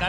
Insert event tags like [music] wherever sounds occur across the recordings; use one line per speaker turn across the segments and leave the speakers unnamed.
The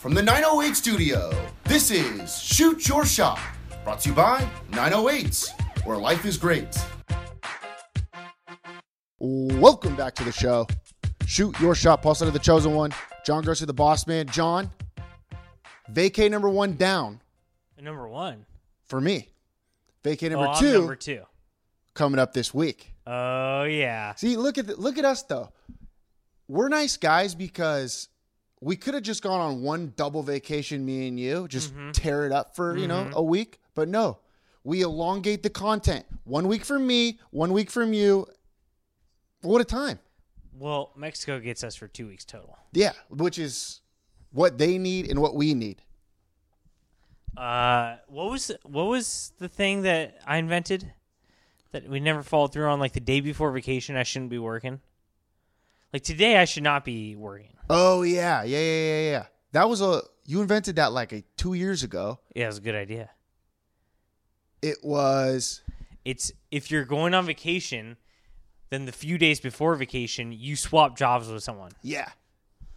from the 908 studio, this is Shoot Your Shot, brought to you by 908, where life is great. Welcome back to the show. Shoot Your Shot, Paul Sutter, the chosen one. John Gross, the boss man. John, vacay number one down
Number one.
for me. Vacay
Oh,
number
I'm
two
number two.
coming up this week.
Oh yeah.
See, look at the, look at us though. We're nice guys because we could have just gone on one double vacation, me and you, just
Mm-hmm.
tear it up for you know a week. But no, we elongate the content. One week from me, one week from you. What a time!
Well, Mexico gets us for two weeks total.
Yeah, which is what they need and what we need.
Uh, what was what was the thing that I invented that we never followed through on? Like the day before vacation, I shouldn't be working. Like today, I should not be working.
Oh yeah, yeah, yeah, yeah, yeah. That was a you invented that like a two years ago.
Yeah, it was a good idea.
It was
It's if you're going on vacation, then the few days before vacation, you swap jobs with someone
yeah.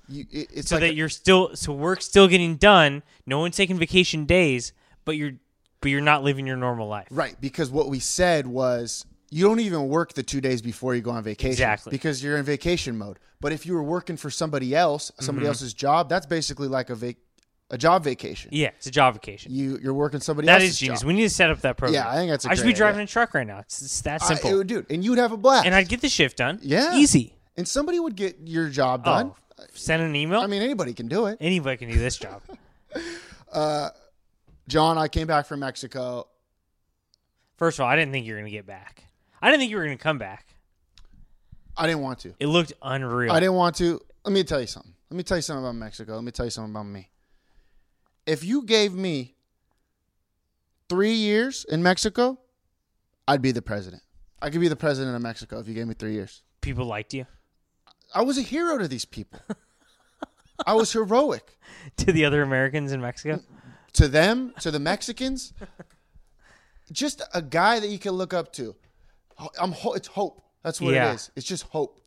You, it, it's
so
like
that
a-
you're still so work's still getting done. No one's taking vacation days, but you're but you're not living your normal life.
Right, because what we said was you don't even work the two days before you go on vacation.
Exactly.
Because you're in vacation mode. But if you were working for somebody else,
Mm-hmm.
somebody else's job, that's basically like a vac- a job vacation.
Yeah, it's a job vacation.
You you're working somebody
That
else's
is genius.
job.
We need to set up that program.
Yeah, I think that's a
should
great
be driving
idea.
a truck right now. It's, it's that
I-
simple.
it would- dude, and you'd have a blast.
and I'd get the shift done.
Yeah.
easy.
and somebody would get your job done.
Oh, send an email.
I mean, anybody can do it.
anybody can do
[laughs]
this job.
John, I came back from Mexico.
First of all, I didn't think you were going to get back. I didn't think you were going to come back.
I didn't want to.
It looked unreal.
I didn't want to. Let me tell you something. Let me tell you something about Mexico. Let me tell you something about me. If you gave me three years in Mexico, I'd be the president. I could be the president of Mexico if you gave me three years.
People liked you [laughs]
I was a hero to these people. I was heroic
to the other Americans
[laughs]
in Mexico.
to them, to the Mexicans. Just a guy that you can look up to. I'm. ho- It's hope. That's what
Yeah. Mm-hmm.
it is. It's just hope.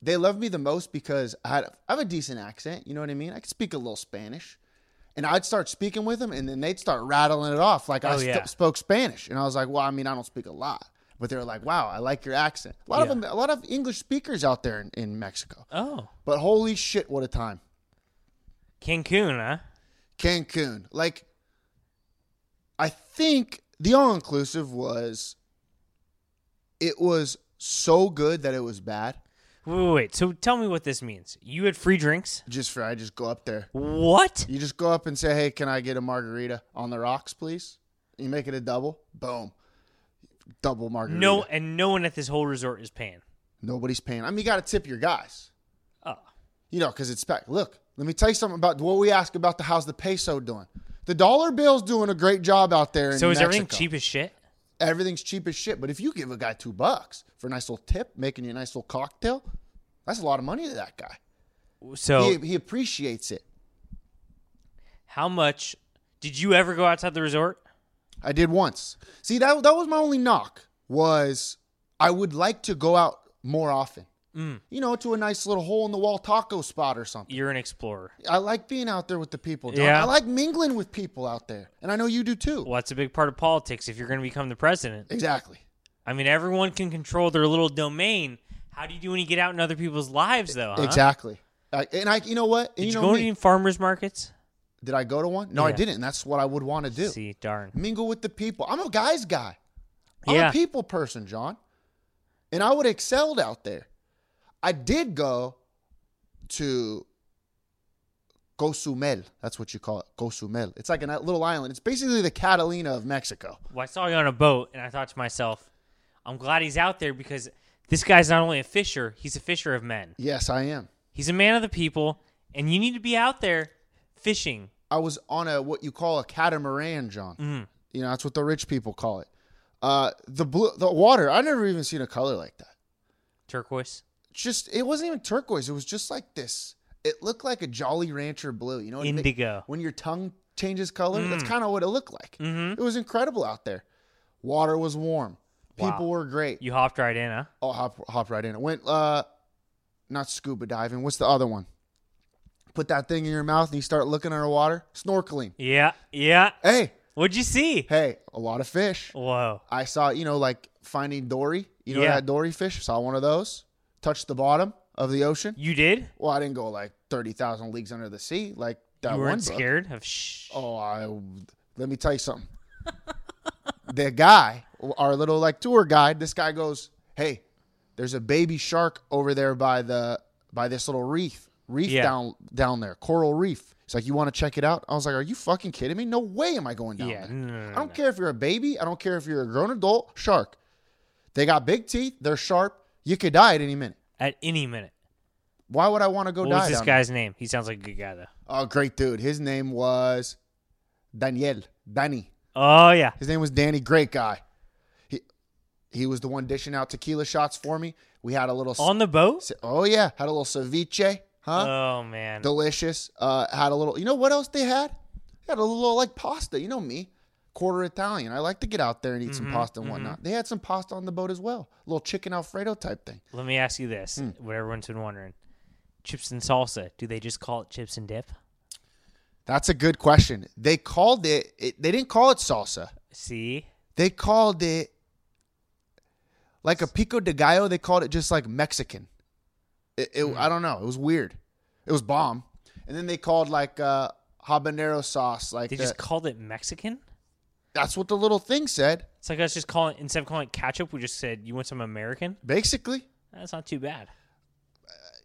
They love me the most because I had I have a decent accent. You know what I mean? I could speak a little Spanish, and I'd start speaking with them, and then they'd start rattling it off like I
Oh,
st-
yeah.
spoke Spanish, and I was like, well, I mean, I don't speak a lot, but they were like, wow, I like your accent. A lot
Yeah.
of them, a lot of English speakers out there in, in Mexico.
Oh,
But holy shit, what a time!
Cancun, huh?
Cancun. Like, I think the all inclusive was, it was so good that it was bad.
Wait, wait, wait. So tell me what this means. You had free drinks.
Just for I just go up there.
What?
You just go up and say, hey, can I get a margarita on the rocks, please? You make it a double. Boom. Double margarita.
No, e- and no one at this whole resort is paying.
Nobody's paying. I mean, you got to tip your guys.
Oh.
You know, because it's back. Look, let me tell you something about what we ask about the how's the peso doing. The dollar bill's doing a great job out there. In
So is everything
Mexico.
cheap as shit?
everything's cheap as shit. But if you give a guy two bucks for a nice little tip, making you a nice little cocktail, that's a lot of money to that guy.
So
He, he appreciates it.
how much? Did you ever go outside the resort?
I did once. See that that was my only knock was I would like to go out more often.
Mm.
You know, to a nice little hole in the wall taco spot or something.
You're an explorer.
I like being out there with the people. John.
Yeah.
I like mingling with people out there, and I know you do too.
Well, that's a big part of politics if you're going to become the president.
Exactly.
I mean, everyone can control their little domain. How do you do when you get out in other people's lives, though? Huh?
Exactly. I, and I, you know what? And
Did you,
you know
go
me.
to any farmers markets?
Did I go to one? No, I
Yeah.
didn't. And that's what I would want to do.
See, darn.
mingle with the people. I'm a guy's guy. I'm
Yeah.
a people person, John. And I would have excelled out there. I did go to Cozumel. That's what you call it. Cozumel. It's like a little island. It's basically the Catalina of Mexico.
Well, I saw you on a boat, and I thought to myself, I'm glad he's out there because this guy's not only a fisher, he's a fisher of men.
Yes, I am.
He's a man of the people, and you need to be out there fishing.
I was on a what you call a catamaran, John. You know, that's what the rich people call it. Uh, the blue, the water. I never even seen a color like that.
Turquoise.
Just it wasn't even turquoise. It was just like this. It looked like a Jolly Rancher blue. You know, it ma-
Indigo. Mm.
when your tongue changes color, that's kind of what it looked like.
Mm-hmm.
It was incredible out there. Water was warm. People were great.
You hopped right in, huh?
Oh, hop, hop right in. It went, uh, not scuba diving. What's the other one? Put that thing in your mouth and you start looking underwater. Snorkeling.
Yeah, yeah.
Hey,
What'd you see?
hey, a lot of fish.
Whoa.
I saw, you know, like finding dory. You know
Yeah.
that dory fish? Saw one of those. Touched the bottom of the ocean.
You did?
Well, I didn't go like 30,000 leagues under the sea like that
You
one
weren't
book.
scared of shh.
Oh, I let me tell you something. [laughs] the guy, our little like tour guide, this guy goes, "Hey, there's a baby shark over there by the by this little reef, reef
Yeah.
down down there, coral reef." He's like, "You want to check it out?" I was like, "Are you fucking kidding me? No way am I going down
Yeah,
there.
no, no, no,
I don't care if you're a baby. I don't care if you're a grown adult. Shark. They got big teeth. They're sharp. You could die at any minute.
At any minute.
Why would I want to go
What
die?"
was this
down there?
guy's name? He sounds like a good guy though.
Oh, great dude. His name was Daniel. Danny.
Oh yeah.
His name was Danny. Great guy. He he was the one dishing out tequila shots for me. We had a little.
On the boat?
ce- oh yeah, had a little ceviche, huh?
Oh man.
Delicious. Uh, had a little. You know what else they had? They had a little like pasta. You know me, quarter Italian. I like to get out there and eat some pasta and whatnot. They had some pasta on the boat as well. A little chicken Alfredo type thing.
Let me ask you this,
Hmm.
what everyone's been wondering. Chips and salsa, do they just call it chips and dip?
That's a good question. They called it. it they didn't call it salsa.
See?
They called it like a pico de gallo. They called it just like Mexican. It,
Hmm.
it- I don't know. It was weird. It was bomb. And then they called like uh, habanero sauce. Like
They
the-
just called it Mexican?
that's what the little thing said.
It's like us just calling instead of calling it ketchup, we just said you want some American?
Basically,
That's not too bad.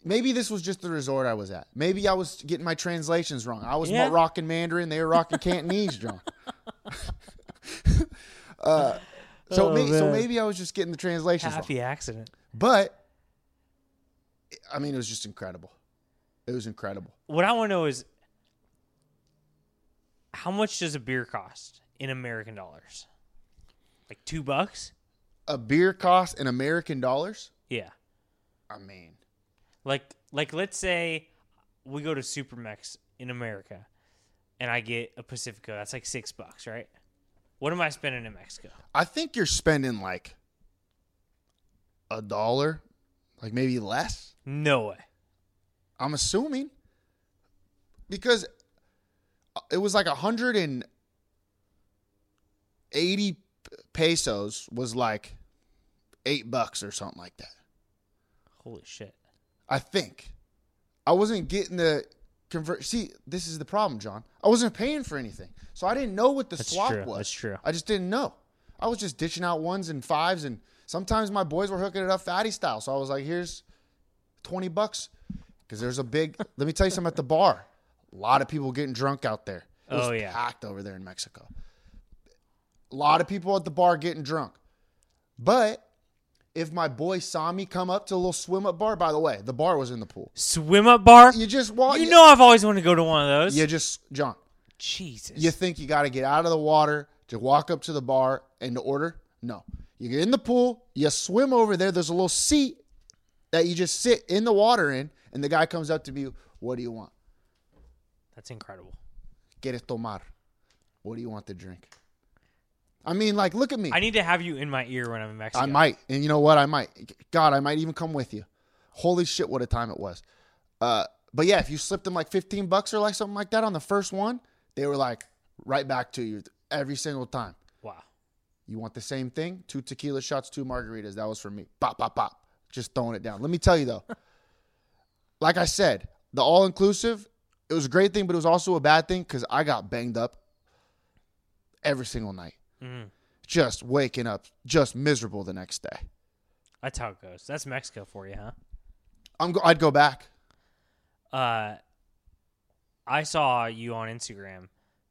maybe this was just the resort I was at. Maybe I was getting my translations wrong. I was
Yeah.
rocking Mandarin. They were rocking Cantonese,
[laughs]
John. [laughs] uh, so,
Oh,
may- so
man.
maybe I was just getting the translations wrong.
Happy accident.
But I mean, it was just incredible. It was incredible.
What I want to know is how much does a beer cost in American dollars? Like two bucks?
A beer cost in American dollars.
Yeah.
I mean,
Like like let's say we go to Supermex in America and I get a Pacifico, that's like six bucks, right? What am I spending in Mexico?
I think you're spending like a dollar, like maybe less.
No way.
I'm assuming because uh, it was like 180 pesos was like eight bucks or something like that.
Holy shit.
I think. I wasn't getting the convert. See, this is the problem, John. I wasn't paying for anything, so I didn't know what the
That's
swap
true.
was.
That's true.
I just didn't know. I was just ditching out ones and fives, and sometimes my boys were hooking it up fatty style. So I was like, "Here's twenty bucks," because there's a big. [laughs] let me tell you something at the bar. A lot of people getting drunk out there. It was
Oh, yeah.
packed over there in Mexico. A lot of people at the bar getting drunk, but if my boy saw me come up to a little swim up bar, by the way, the bar was in the pool.
Swim up bar?
You just walk.
You know I've always wanted to go to one of those.
You just John.
Jesus.
You think you got to get out of the water to walk up to the bar and to order? No. You get in the pool. You swim over there. There's a little seat that you just sit in the water in, and the guy comes up to you. What do you want?
That's incredible.
Quieres tomar? What do you want to drink? I mean, like, look at me.
I need to have you in my ear when I'm in Mexico.
I might. And you know what? I might. God, I might even come with you. Holy shit, what a time it was. Uh, but yeah, if you slipped them like 15 bucks or like something like that on the first one, they were like right back to you every single time.
Wow.
You want the same thing? Two tequila shots, two margaritas. That was for me. Pop, pop, pop. Just throwing it down. Let me tell you though, like I said, the all inclusive, it was a great thing, but it was also a bad thing because I got banged up every single night. Just waking up, just miserable the next day.
That's how it goes. That's Mexico for you, huh?
I'm go- I'd go back.
Uh I saw you on Instagram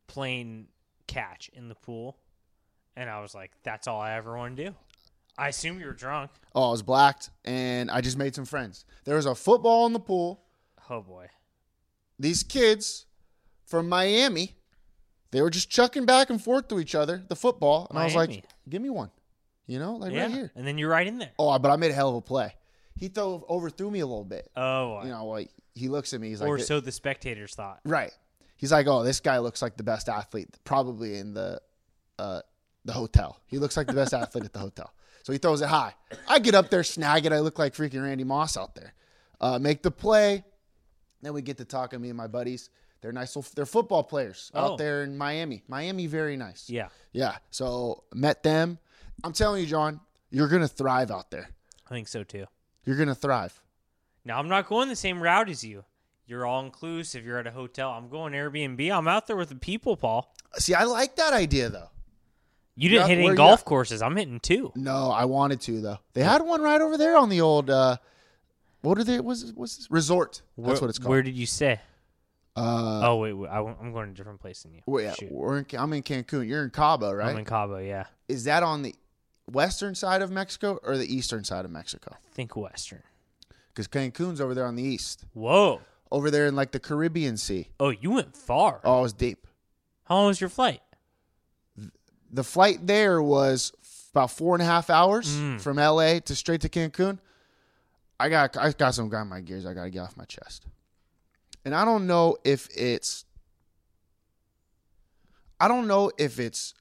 playing catch in the pool and I was like, that's all I ever want to do. I assume you were drunk.
Oh, I was blacked, and I just made some friends. There was a football in the pool.
Oh boy.
These kids from Miami. They were just chucking back and forth to each other the football, and I was like,
Miami.
"Give me one," you know, like
Yeah.
right here.
And then you're right in there.
Oh, but I made a hell of a play. He throw overthrew me a little bit.
Oh,
You know, like he looks at me. He's like,
or
"Th-
so the spectators thought.
right. He's like, "Oh, this guy looks like the best athlete probably in the uh, the hotel. He looks like the best athlete at the hotel." So he throws it high. I get up there, snag it. I look like freaking Randy Moss out there. Uh, make the play. Then we get to talking. Me and my buddies. They're nice. little- They're football players
Oh.
out there in Miami. Miami, very nice.
Yeah.
Yeah. So met them. I'm telling you, John, you're gonna thrive out there.
I think so too.
You're gonna thrive.
Now I'm not going the same route as you. You're all inclusive. You're at a hotel. I'm going Airbnb. I'm out there with the people, Paul.
See, I like that idea though.
You
Yeah,
didn't hit
where
any
you
golf
at?
courses. I'm hitting two.
No, I wanted to though. They had one right over there on the old. Uh, what are they? Was was this? resort? That's
Where-
what it's called.
Where did you stay?
uh,
oh wait, wait I, am going a different place than you.
wait, yeah,
Shoot.
we're in, Ca- I'm in Cancun. You're in Cabo, right?
I'm in Cabo. Yeah,
Is that on the western side of Mexico or the eastern side of Mexico?
think Western.
Because Cancun's over there on the east,
Whoa.
over there in like the Caribbean Sea.
Oh, you went far.
Oh, it was deep.
How long was your flight?
The flight there was f- about four and a half hours
Mm.
from L.A. to straight to Cancun. I got I got some grind my gears. I got to get off my chest, and I don't know if it's I don't know if it's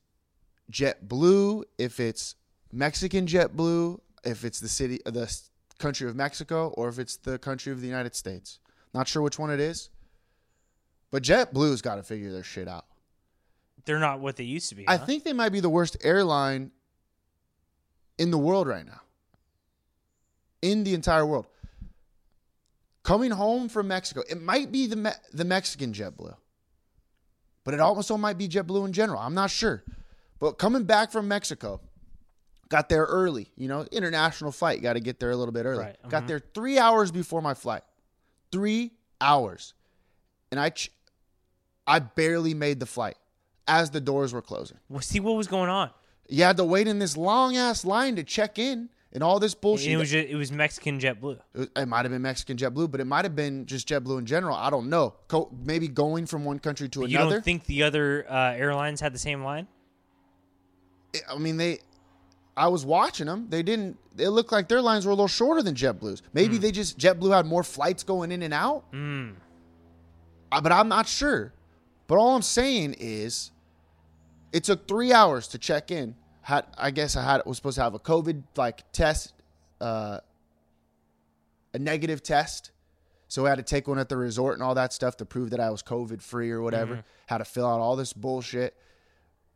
JetBlue, if it's Mexican JetBlue, if it's the city the s- country of Mexico, or if it's the country of the United States. Not sure which one it is, but JetBlue's got to figure their shit out.
They're not what they used to be.
I
huh?
think they might be the worst airline in the world right now. In the entire world. Coming home from Mexico, it might be the Me- the Mexican JetBlue, but it also might be JetBlue in general. I'm not sure, but coming back from Mexico, got there early. You know, international flight, got to get there a little bit early.
Right,
Got
mhm.
there three hours before my flight, three hours, and I ch- I barely made the flight as the doors were closing.
Well, see what was going on.
You had to wait in this long ass line to check in and all this bullshit.
it was ju- it was Mexican JetBlue.
It was- it might have been Mexican JetBlue, but it might have been just JetBlue in general. I don't know. Co- maybe going from one country to
You
another.
don't think the other uh, airlines had the same line?
It- I mean, they. I was watching them. They didn't. It looked like their lines were a little shorter than JetBlue's. Maybe
Hmm.
they just JetBlue had more flights going in and out. I- but I'm not sure. But all I'm saying is, it took three hours to check in. Had I guess I had was supposed to have a COVID like test, uh, a negative test. So I had to take one at the resort and all that stuff to prove that I was COVID free or whatever. Had to fill out all this bullshit.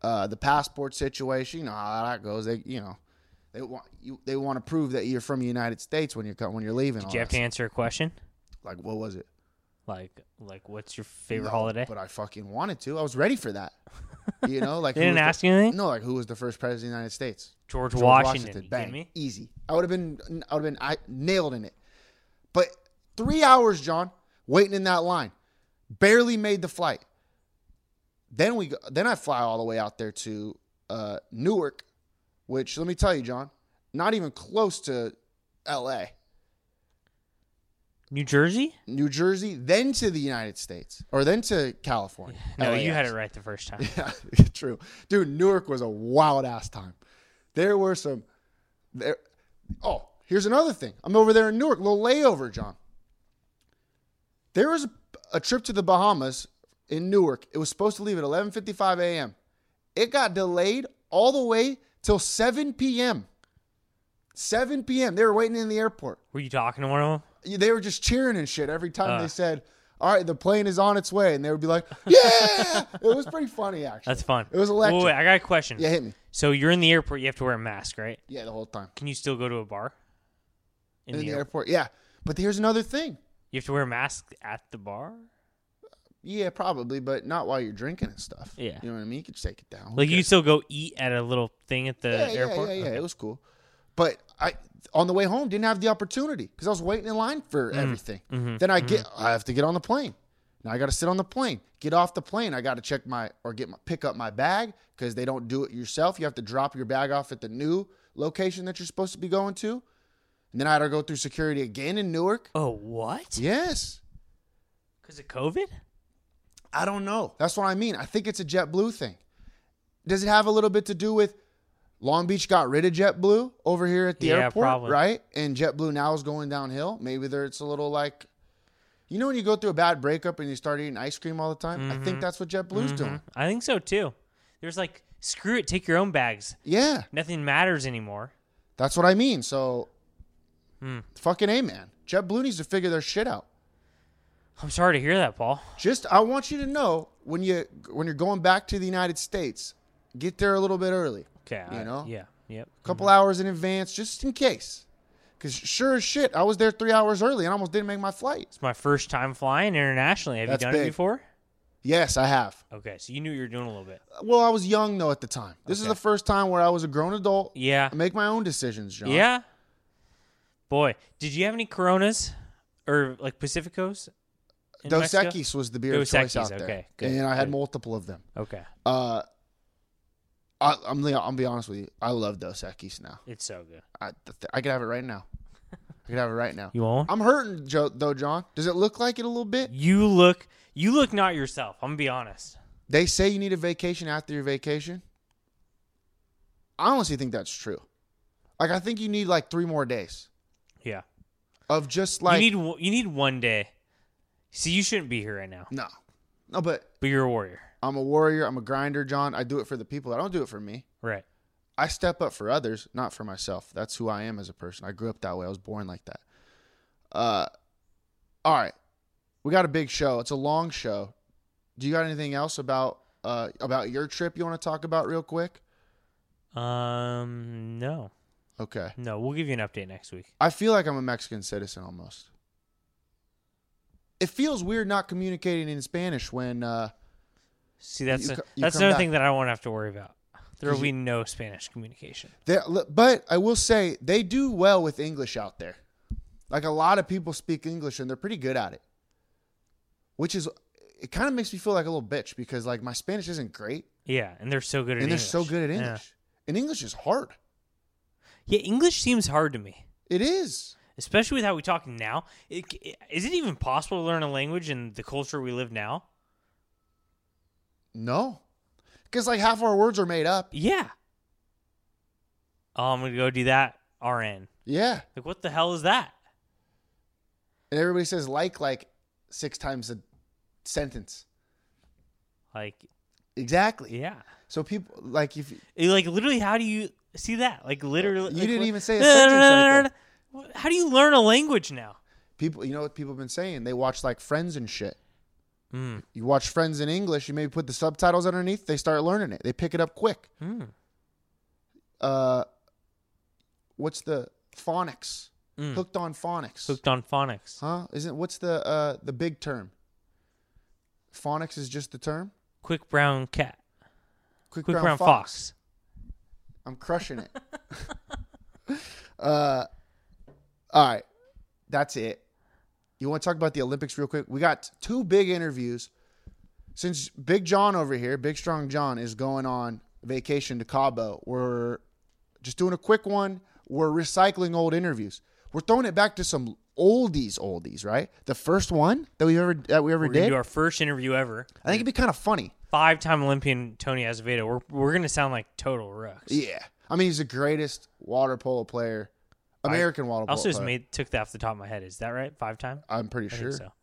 Uh, the passport situation, you know how that goes. They, you know, they want you. They want to prove that you're from the United States when you're co- when you're leaving. all
Do you have
that
to
stuff.
answer a question?
Like, what was it?
Like like what's your favorite
No,
holiday?
But I fucking wanted to. I was ready for that. You know, like
[laughs] They
who
didn't
was the-
ask you anything?
No, like who was the first president of the United States?
George,
George
Washington. You
Bang,
kidding me?
easy. I would have been. I would have been. I nailed in it. But three hours, John, waiting in that line, barely made the flight. Then we. Go, then I fly all the way out there to uh, Newark, which let me tell you, John, not even close to L.A.
New Jersey?
New Jersey, then to the United States, or then to
[laughs]
California.
No, you
LAX.
had it right the
[laughs]
first time.
Yeah, true. Dude, Newark was a wild ass time. There were some there Oh, here's another thing. I'm over there in Newark, little layover, John. There was a, a trip to the Bahamas in Newark. It was supposed to leave at 11:55 a.m. It got delayed all the way till 7 p.m. 7 p.m. They were waiting in the airport
Were you talking to one of them?
they were just cheering and shit every time
Uh.
they said, "All right, the plane is on its way," and they would be like, "Yeah!" it was pretty funny actually.
[laughs] That's fun.
It was
Wait,
electric.
wait, I got a question.
yeah, hit me.
So you're in the airport, you have to wear a mask, right?
Yeah, the whole time
Can you still go to a bar?
in, the,
air-
airport. Yeah, but here's another thing.
You have to wear a mask at the bar?
Yeah, probably, but not while you're drinking and stuff.
Yeah.
you know what I mean. You could take it down. Who
Like you
cares?
still go eat at a little thing at the
yeah, yeah,
airport?
Yeah, yeah,
Okay.
it was cool. But I on the way home didn't have the opportunity because I was waiting in line for
Mm.
everything.
Mm-hmm.
Then I get I have to get on the plane. Now I got to sit on the plane, get off the plane. I got to check my or get my pick up my bag because they don't do it yourself. You have to drop your bag off at the new location that you're supposed to be going to. And then I had to go through security again in Newark.
Oh, what?
Yes.
Because of COVID?
I don't know. That's what I mean. I think it's a JetBlue thing. Does it have a little bit to do with Long Beach got rid of JetBlue over here at the
Yeah,
airport,
probably.
right? And JetBlue now is going downhill. Maybe there it's a little like, you know, when you go through a bad breakup and you start eating ice cream all the time. I
Mm-hmm.
think that's what JetBlue's doing.
I think so too. There's like, screw it, take your own bags.
Yeah,
Nothing matters anymore.
that's what I mean. So,
Hmm.
fucking a man, JetBlue needs to figure their shit out.
I'm sorry to hear that, Paul.
Just I want you to know when you when you're going back to the United States, get there a little bit early.
Okay.
You
I-
know?
Yeah. Yep.
couple hours in advance just in case. Because sure as shit, I was there three hours early and almost didn't make my flight.
It's my first time flying internationally. Have
That's
you done it
big.
before?
Yes, I have.
Okay, so you knew you were doing a little bit.
Well, I was young though at the time. This is
Okay.
the first time where I was a grown adult.
Yeah.
I make my own decisions, John.
Yeah. Boy, did you have any Coronas or like Pacificos? in
Dos
Mexico?
Equis was the beer
Dos
of choice
Equis,
out there,
okay, good,
and I had
good.
multiple of them.
Okay,
Uh, I, I'm gonna- I'll be honest with you. I love Dos Equis now.
it's so good.
I, th- I could have it right now. I could have it right now.
[laughs] You won't?
I'm hurting Joe, though, John. Does it look like it a little bit?
You look, you look not yourself. I'm gonna be honest.
they say you need a vacation after your vacation. I honestly think that's true. Like I think you need like three more days
Yeah,
of just like
you need one- you need one day. See, you shouldn't be here right now,
no, no. But
but you're a warrior,
I'm a warrior. I'm a grinder, John. I do it for the people. I don't do it for me.
right?
I step up for others, not for myself. That's who I am as a person. I grew up that way. I was born like that. Uh, all right, we got a big show. It's a long show. Do you got anything else about uh about your trip you want to talk about real quick?
Um, no,
Okay.
no, we'll give you an update next week.
I feel like I'm a Mexican citizen almost. It feels weird not communicating in Spanish when uh,
See, that's
You
a-
co- you
that's
come
another
back.
thing that I won't have to worry about. There will
you-
be no Spanish communication.
they, but I will say they do well with English out there. Like a lot of people speak English and they're pretty good at it. Which is it kind of makes me feel like a little bitch because like my Spanish isn't great
Yeah, and they're so good at
and they're
English.
so good at
Yeah.
English. And English is hard.
yeah, English seems hard to me.
It is.
especially with how we talk now. It, it, is it even possible to learn a language in the culture we live now?
No. Cuz like half our words are made up.
Yeah. Oh, I'm gonna go do that. RN.
Yeah.
Like, what the hell is that?
And everybody says like like six times a sentence.
Like,
Exactly.
yeah.
So people like if
It- like, literally, how do you see that? Like, literally,
You
like,
didn't
what-
even say a sentence
What- [laughs] How do you learn a language now?
people, you know what people have been saying? They watch like Friends and shit.
Hmm.
You watch Friends in English. You maybe put the subtitles underneath. They start learning it. They pick it up quick.
Hmm.
Uh, what's the phonics? Hooked on phonics.
Hmm. Hooked on phonics.
Huh? Isn't what's the uh the big term? Phonics is just the term.
Quick brown cat.
Quick,
Quick
round
brown, fox.
I'm crushing it. [laughs] uh, all right, that's it. You want to talk about the Olympics real quick? We got two big interviews. Since Big John over here, Big Strong John, is going on vacation to Cabo, we're just doing a quick one. We're recycling old interviews. We're throwing it back to some oldies, oldies, right? The first one that we ever that we ever
We're gonna
did.
do our first interview ever.
I think it'd be kind of funny.
Five-time Olympian Tony Azevedo. We're we're gonna sound like total rooks.
Yeah, I mean he's the greatest water polo player, American water
I
polo.
also just
player.
made took that off the top of my head. Is that right? Five time?
I'm pretty
I
Uh, sure.
think so.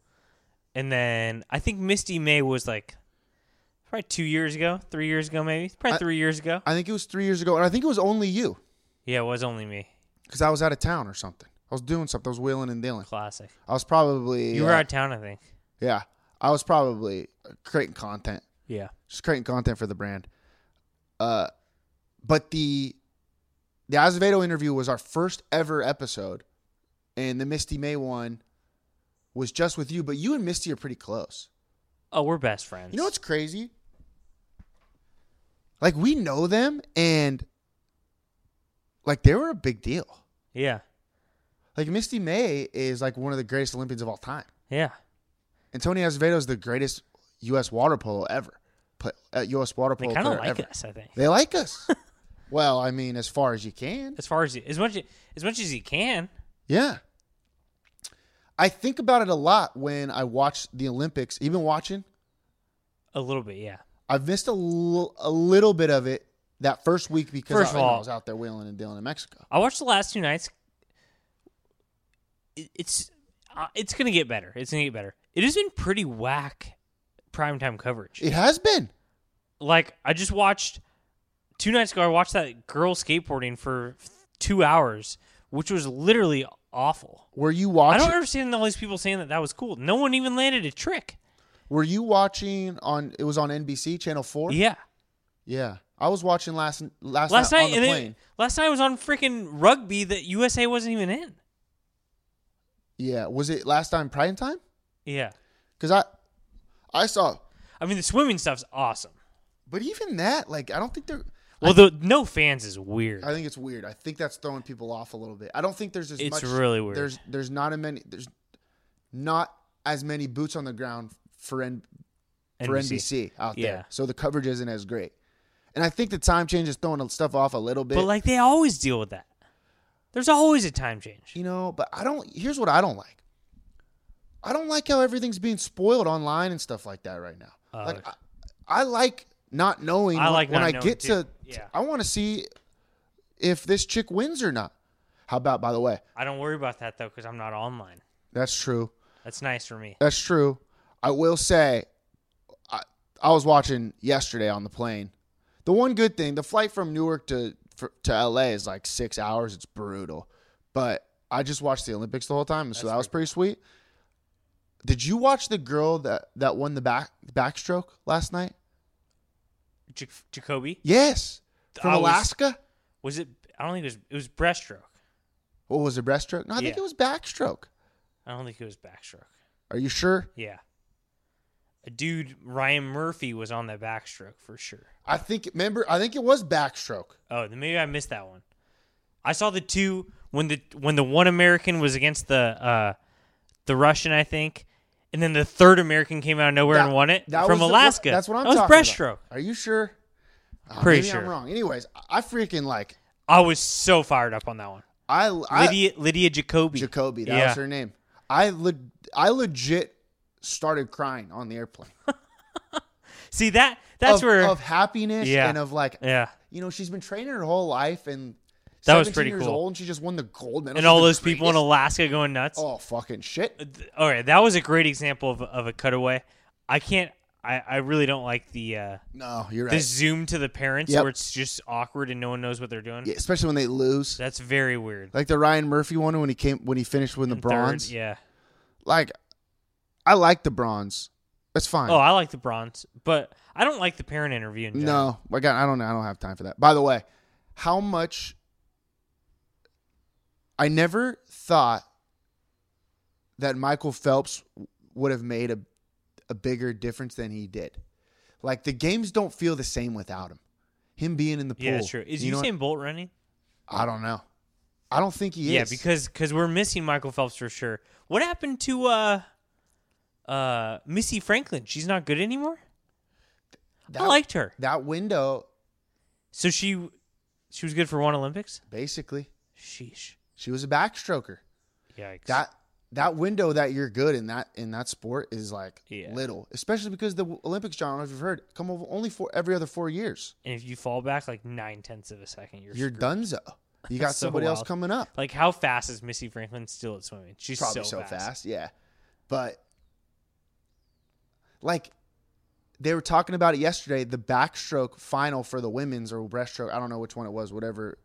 And then I think Misty May was like probably two years ago, three years ago, maybe probably
I-
three years ago.
I think it was three years ago, and I think it was only you
yeah, it was only me.
because I was out of town or something. I was doing something. I was wheeling and dealing.
Classic.
I was probably
You
uh,
were out of town, I think.
Yeah, I was probably creating content,
Yeah.
just creating content for the brand. Uh, but the the Azevedo interview was our first ever episode, and the Misty May one was just with you. But you and Misty are pretty close.
Oh, we're best friends.
You know what's crazy? Like we know them and like they were a big deal.
Yeah.
Like Misty May is like one of the greatest Olympians of all time.
Yeah.
And Tony Azevedo is the greatest US water polo ever. Put uh, US water
They
polo
kind of
player
like
ever.
us, I think.
They like
[laughs]
us. well, I mean as far as you can.
As far as as much as much as he can.
Yeah. I think about it a lot when I watch the Olympics, even watching
A little bit, yeah.
I've missed a l- a little bit of it that first week because
First
I,
of
you know, I
all-
was out there wheeling and dealing in Mexico.
I watched the last two nights. It- It's uh, it's gonna get better. It's gonna get better. It has been pretty whack primetime coverage.
It has been.
Like I just watched two nights ago. I watched that girl skateboarding for two hours, which was literally awful.
Were you
I
watching?
don't understand all these people saying that that was cool. No one even landed a trick.
Were you watching on? It was on NBC Channel Four.
Yeah,
Yeah. I was watching last last,
last
night,
night
on
and
the
then-
plane.
last night was on freaking rugby that USA wasn't even in.
yeah. Was it last time prime time?
Yeah,
Because I I saw,
I mean the swimming stuff's awesome.
but even that, like, I don't think they're.
Well, the no fans is weird.
I think it's weird. I think that's throwing people off a little bit. I don't think there's as much.
It's really weird.
There's there's not a many there's not as many boots on the ground for N, for NBC, out there.
Yeah.
So the coverage isn't as great. And I think the time change is throwing stuff off a little bit.
But like they always deal with that. There's always a time change.
you know, but I don't. Here's what I don't like. I don't like how everything's being spoiled online and stuff like that right now. like I, I like not knowing.
Uh, I
when-
like
when
not
I
knowing
get
too.
to.
Yeah.
I want to see if this chick wins or not. How about by the way?
I don't worry about that though because I'm not online.
That's true.
That's nice for me.
That's true. I will say, I I was watching yesterday on the plane. The one good thing, the flight from Newark to for, to L.A. is like six hours. It's brutal, but I just watched the Olympics the whole time, so that was pretty sweet. Did you watch the girl that that won the back backstroke last night?
J- Jacoby
Yes, from
I was-
Alaska.
was it? I don't think it was. It was breaststroke.
What was it, breaststroke? No, I think it
Yeah.
was backstroke.
I don't think it was backstroke.
Are you sure?
Yeah. A dude Ryan Murphy was on that backstroke for sure.
I think remember. I think it was backstroke.
Oh, then maybe I missed that one. I saw the two when the when the one American was against the uh, the Russian, I think, and then the third American came out of nowhere
That-
and won it
that
from
was the-
Alaska.
that's what I'm
That
talking
was breaststroke.
about. Are you sure? Uh,
Pretty
maybe I'm
sure.
wrong. Anyways, I- I freaking like
I was so fired up on that one.
I, I
Lydia Lydia Jacoby.
Jacoby. That
yeah.
was her name. I le- I legit started crying on the airplane.
See that that's
of,
where
of happiness
Yeah.
and of like
yeah.
you know she's been training her whole life and
That was
17
pretty
years
cool.
old and she just won the gold medal.
And
She's
all
the
those people in
greatest-
Alaska going nuts.
oh fucking shit.
Th- All right, that was a great example of, of a cutaway. I can't. I, I really don't like the uh,
No, you're
the
right.
zoom to the parents
Yep.
where it's just awkward and no one knows what they're doing.
Yeah, especially when they lose.
That's very weird.
Like the Ryan Murphy one when he came when he finished with the
Third,
bronze.
yeah.
Like I like the bronze. That's fine.
Oh, I like the bronze, but I don't like the parent interview. In general.
No, I got. I don't. know. I don't have time for that. By the way, how much? I never thought that Michael Phelps would have made a a bigger difference than he did. Like the games don't feel the same without him. Him being in the pool.
yeah, that's true. Is
You know what?
Usain Bolt running?
I don't know. I don't think he
Yeah,
is.
because because we're missing Michael Phelps for sure. What happened to uh uh Missy Franklin? She's not good anymore.
that,
I liked her,
that window.
so she she was good for one Olympics.
Basically,
Sheesh.
she was a backstroker.
Yikes.
that that window that you're good in that in that sport is like
Yeah.
little, especially because the Olympics, John, if you've heard, come over only for every other four years.
and if you fall back like nine tenths of a second, you're
You're
screwed.
donezo.
[laughs]
You got
That's so
somebody else
wild.
coming up.
Like how fast is Missy Franklin still at swimming? She's
Probably so, fast. yeah. But like they were talking about it yesterday. The backstroke final for the women's or breaststroke. I don't know which one it was. Whatever.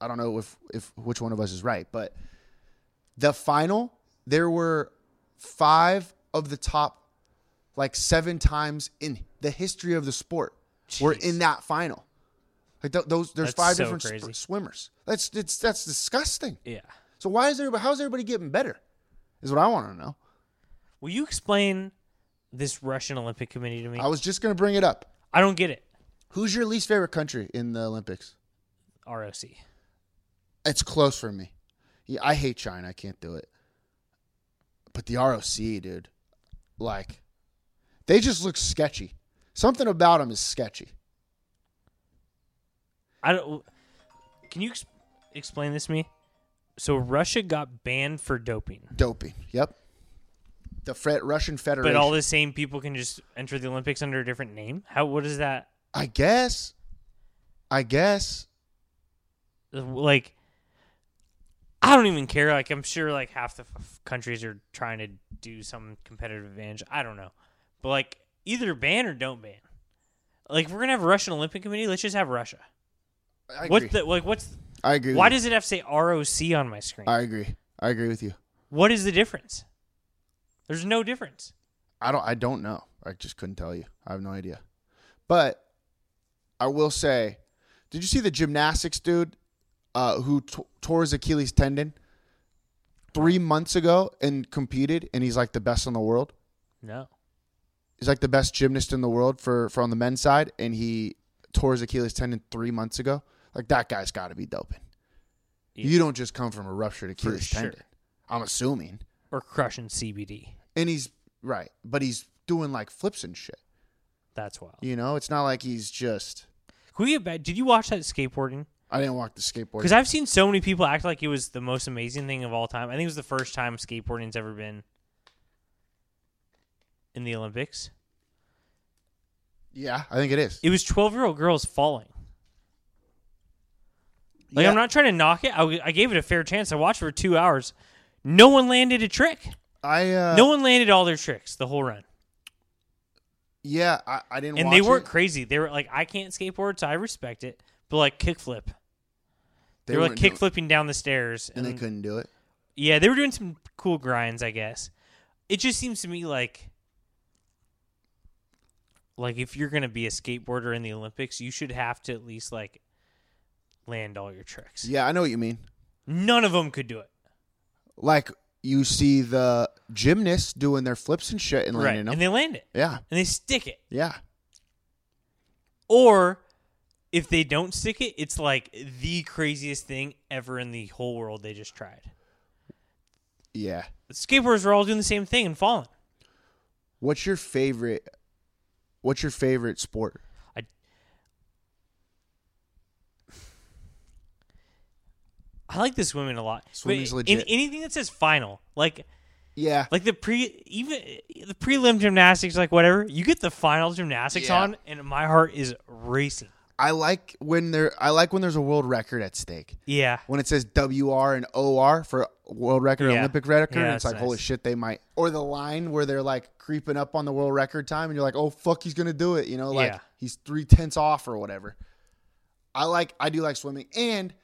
I don't know if if which one of us is right, but the final there were five of the top like seven times in the history of the sport were
Jeez.
in that final. Like th- those, there's
That's
five
so
different sp-
crazy.
swimmers. That's it's that's disgusting.
Yeah.
So why is everybody? How's everybody getting better? Is what I want to know.
Will you explain this Russian Olympic Committee to me?
I was just gonna bring it up.
I don't get it.
Who's your least favorite country in the Olympics?
ROC.
It's close for me. Yeah, I hate China. I can't do it. But the ROC, dude, like, they just look sketchy. Something about them is sketchy.
I don't. Can you ex- explain this to me? So Russia got banned for doping.
Dopey. Yep. the Fred, Russian Federation.
But all the same people can just enter the Olympics under a different name. How? What is that?
I guess. I guess.
Like, I don't even care. Like, I'm sure like half the f- countries are trying to do some competitive advantage. I don't know, but like either ban or don't ban. Like, if we're gonna have a Russian Olympic Committee. Let's just have Russia.
I agree.
What's the like? What's
I agree.
why
with
does it have to say ROC on my screen?
you. I agree. I agree with you.
What is the difference? There's no difference.
I don't I don't know. I just couldn't tell you. I have no idea. But I will say, did you see the gymnastics dude uh, who t- tore his Achilles tendon 3 months ago and competed and he's like the best in the world?
No.
He's like the best gymnast in the world for for on the men's side and he tore his Achilles tendon 3 months ago. Like that guy's got to be doping. You don't just come from a ruptured Achilles
sure.
tendon. I'm assuming.
Or crushing CBD.
And he's right, but he's doing like flips and shit.
That's wild.
You know, it's not like he's just.
Can we get back? Did you watch that skateboarding?
I didn't walk the skateboard.
Because I've seen so many people act like it was the most amazing thing of all time. I think it was the first time skateboarding's ever been in the Olympics.
yeah, I think it is.
It was 12 year old girls falling. Like,
Yeah.
I'm not trying to knock it. I, w- I gave it a fair chance. I watched for two hours. No one landed a trick.
I uh,
no one landed all their tricks the whole run.
Yeah, I, I didn't.
And
watch
they weren't
it.
crazy. They were like, I can't skateboard, so I respect it. But like, kickflip. They, were like
weren't doing-
kick flipping down the stairs,
and they couldn't do it.
Yeah, they were doing some cool grinds, I guess. It just seems to me like like if you're going to be a skateboarder in the Olympics, you should have to at least like land all your tricks.
Yeah, I know what you mean.
None of them could do it.
Like you see the gymnasts doing their flips and shit and
Right.
landing them.
And they land it.
yeah,
And they stick it.
yeah,
Or if they don't stick it, it's like the craziest thing ever in the whole world they just tried.
yeah.
Skateboarders were all doing the same thing and falling.
What's your favorite? What's your favorite sport?
I like this women a lot.
Swimming's
But In
legit.
anything that says final, like
Yeah,
like the pre even the prelim gymnastics like whatever you get the final gymnastics
Yeah.
on and my heart is racing
I like when there. I like when there's a world record at stake.
yeah
when it says WR and OR for world record or
Yeah.
Olympic record,
Yeah,
it's
that's
like, holy
nice.
shit, they might. Or the line where they're like creeping up on the world record time and you're like, oh, fuck, he's going to do it. You know, like
Yeah.
he's three tenths off or whatever. I like, I do like swimming. And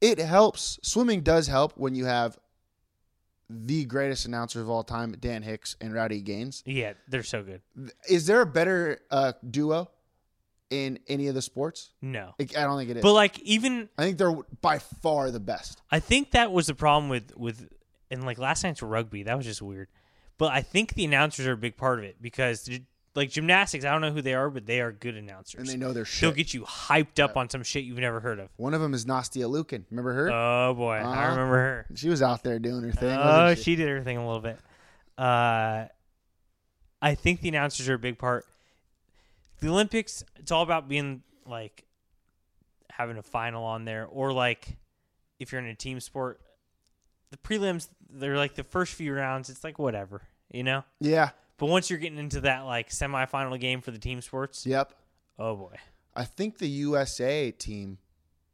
it helps. Swimming does help when you have the greatest announcer of all time, Dan Hicks and Rowdy Gaines.
yeah they're so good
Is there a better uh, duo in any of the sports?
no
I I don't think it is.
but like even
I think they're by far the best.
i think that was the problem with with and like last night's rugby that was just weird but i think the announcers are a big part of it because gy- like gymnastics i don't know who they are but they are good announcers
And they know their shit.
they'll get you hyped up on some shit you've never heard of
One of them is Nastia Lukin. Remember her?
oh boy i
Uh-huh.
remember her
she was out there doing her thing.
Oh,
wasn't
she did everything a little bit. Uh, I think the announcers are a big part. The Olympics, it's all about being like having a final on there, or like if you're in a team sport, the prelims, they're like the first few rounds, it's like whatever, you know?
Yeah.
But once you're getting into that like semifinal game for the team sports,
Yep.
oh boy.
I think the USA team,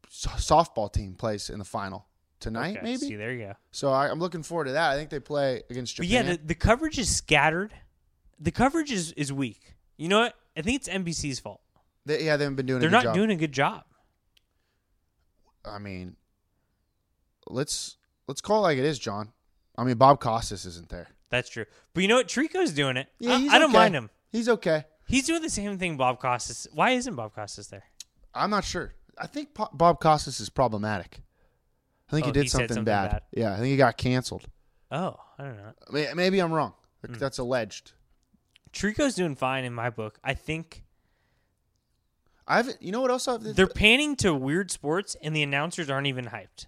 so- softball team, plays in the final tonight,
Okay,
maybe.
See, there you go.
So I, I'm looking forward to that. I think they play against
But
Japan.
yeah, the, the coverage is scattered. The coverage is, is weak. You know what? I think it's NBC's fault.
they, yeah, they haven't been doing.
They're
a
not
good job.
doing a good job.
I mean, let's let's call it like it is, John. I mean, Bob Costas isn't there.
That's true. But you know what? Trico's doing it.
Yeah,
I,
he's
I don't
okay.
mind him.
He's okay.
He's doing the same thing Bob Costas. Why isn't Bob Costas there?
I'm not sure. I think po- Bob Costas is problematic. I think
Oh,
he did
he said
something,
something
bad.
bad.
Yeah, I think he got canceled.
Oh, I don't know.
May- Maybe I'm wrong. That's alleged.
Trico's doing fine in my book. I think
I haven't. You know what else? I've,
they're panning to weird sports and the announcers aren't even hyped.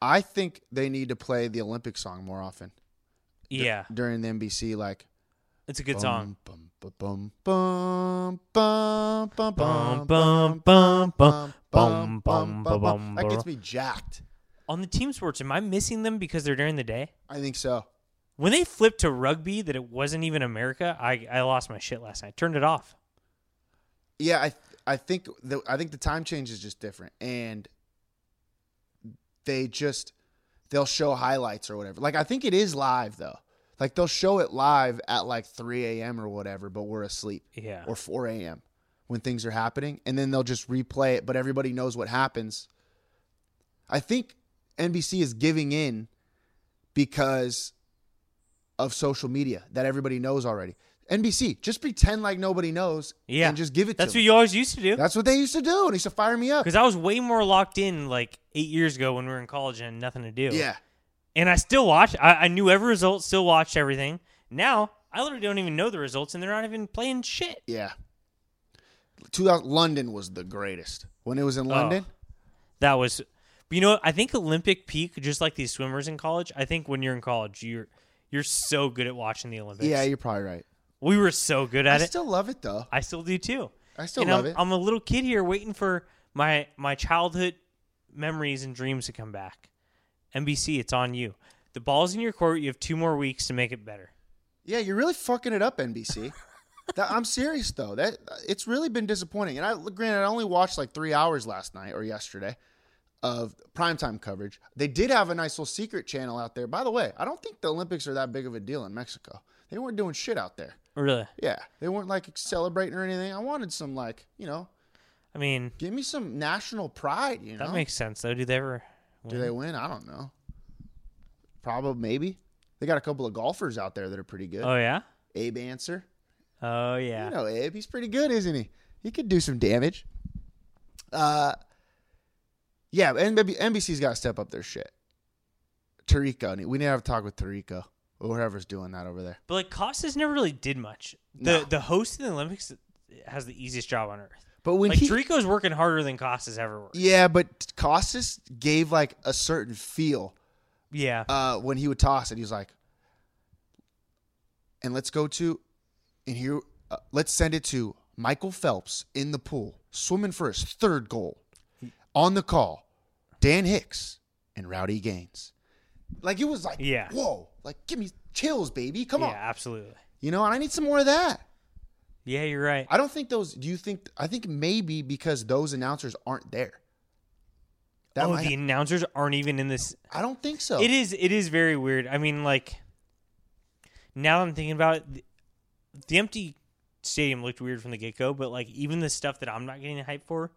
I think they need to play the Olympic song more often
Yeah,
during the NBC. Like
it's a good song.
Bum, bum, bum, bum, bum, bum,
Bum,
bum,
bum,
bum,
bum,
bum,
bum, bum,
bum,
bum,
bum,
bum, bum.
bum. That gets me jacked.
On the team sports, am I missing them because they're during the day?
I think so.
When they flipped to rugby that it wasn't even America, I, I lost my shit last night. Turned it off.
Yeah, I I think the I think the time change is just different, and they just they'll show highlights or whatever. Like I think it is live though. Like they'll show it live at like 3 a.m. or whatever, but we're asleep.
Yeah.
Or 4 a.m. when things are happening, and then they'll just replay it, but everybody knows what happens. I think NBC is giving in because of social media that everybody knows already. NBC, just pretend like nobody knows
Yeah.
and just give it
That's
to
what
them.
you always used to do.
That's what they used to do. And he used to fire me up.
Because I was way more locked in like eight years ago when we were in college and had nothing to do.
Yeah.
And I still watched. I, I knew every result, still watched everything. Now, I literally don't even know the results and they're not even playing shit.
Yeah. 2000, London was the greatest. When it was in London,
That was, but you know, what? I think Olympic peak, just like these swimmers in college, I think when you're in college, you're. You're so good at watching the Olympics.
yeah, you're probably right.
we were so good at
I
it.
still love it though.
I still do too.
I still
And
love
I'm,
it.
I'm a little kid here waiting for my my childhood memories and dreams to come back. NBC, it's on you. The ball's in your court. You have two more weeks to make it better.
Yeah, you're really fucking it up, NBC. That- I'm serious though. That it's really been disappointing. And I granted, I only watched like three hours last night or yesterday of primetime coverage. They did have a nice little secret channel out there. By the way, I don't think the Olympics are that big of a deal in Mexico. They weren't doing shit out there.
Really?
Yeah, they weren't like celebrating or anything. I wanted some like you know,
I mean,
give me some national pride. You know,
that makes sense though. Do they ever?
do they win? I don't know. Probably maybe. They got a couple of golfers out there that are pretty good.
Oh yeah.
Abe Answer.
Oh yeah.
You know, Abe, he's pretty good, isn't he? He could do some damage. Uh, yeah, but NB- NBC's got to step up their shit. Tariko, we need to have a talk with Tariko or whoever's doing that over there.
But like Costas never really did much. The
No.
the host of the Olympics has the easiest job on earth.
But when
Like
he,
Trico's working harder than Costas ever worked.
yeah, but Costas gave like a certain feel
Yeah.
uh, when he would toss it. He was like, and let's go to, and here, uh, let's send it to Michael Phelps in the pool, swimming for his third goal. On the call, Dan Hicks and Rowdy Gaines. Like, it was like,
Yeah.
whoa, like, give me chills, baby. Come
yeah.
on.
Absolutely.
You know, and I need some more of that.
Yeah, you're right.
I don't think those, do you think, I think maybe because those announcers aren't there. That
oh,
might-
the announcers aren't even in this.
I don't think so.
It is. It is very weird. I mean, like now that I'm thinking about it, the, the empty stadium looked weird from the get go. But like even the stuff that I'm not getting hyped for,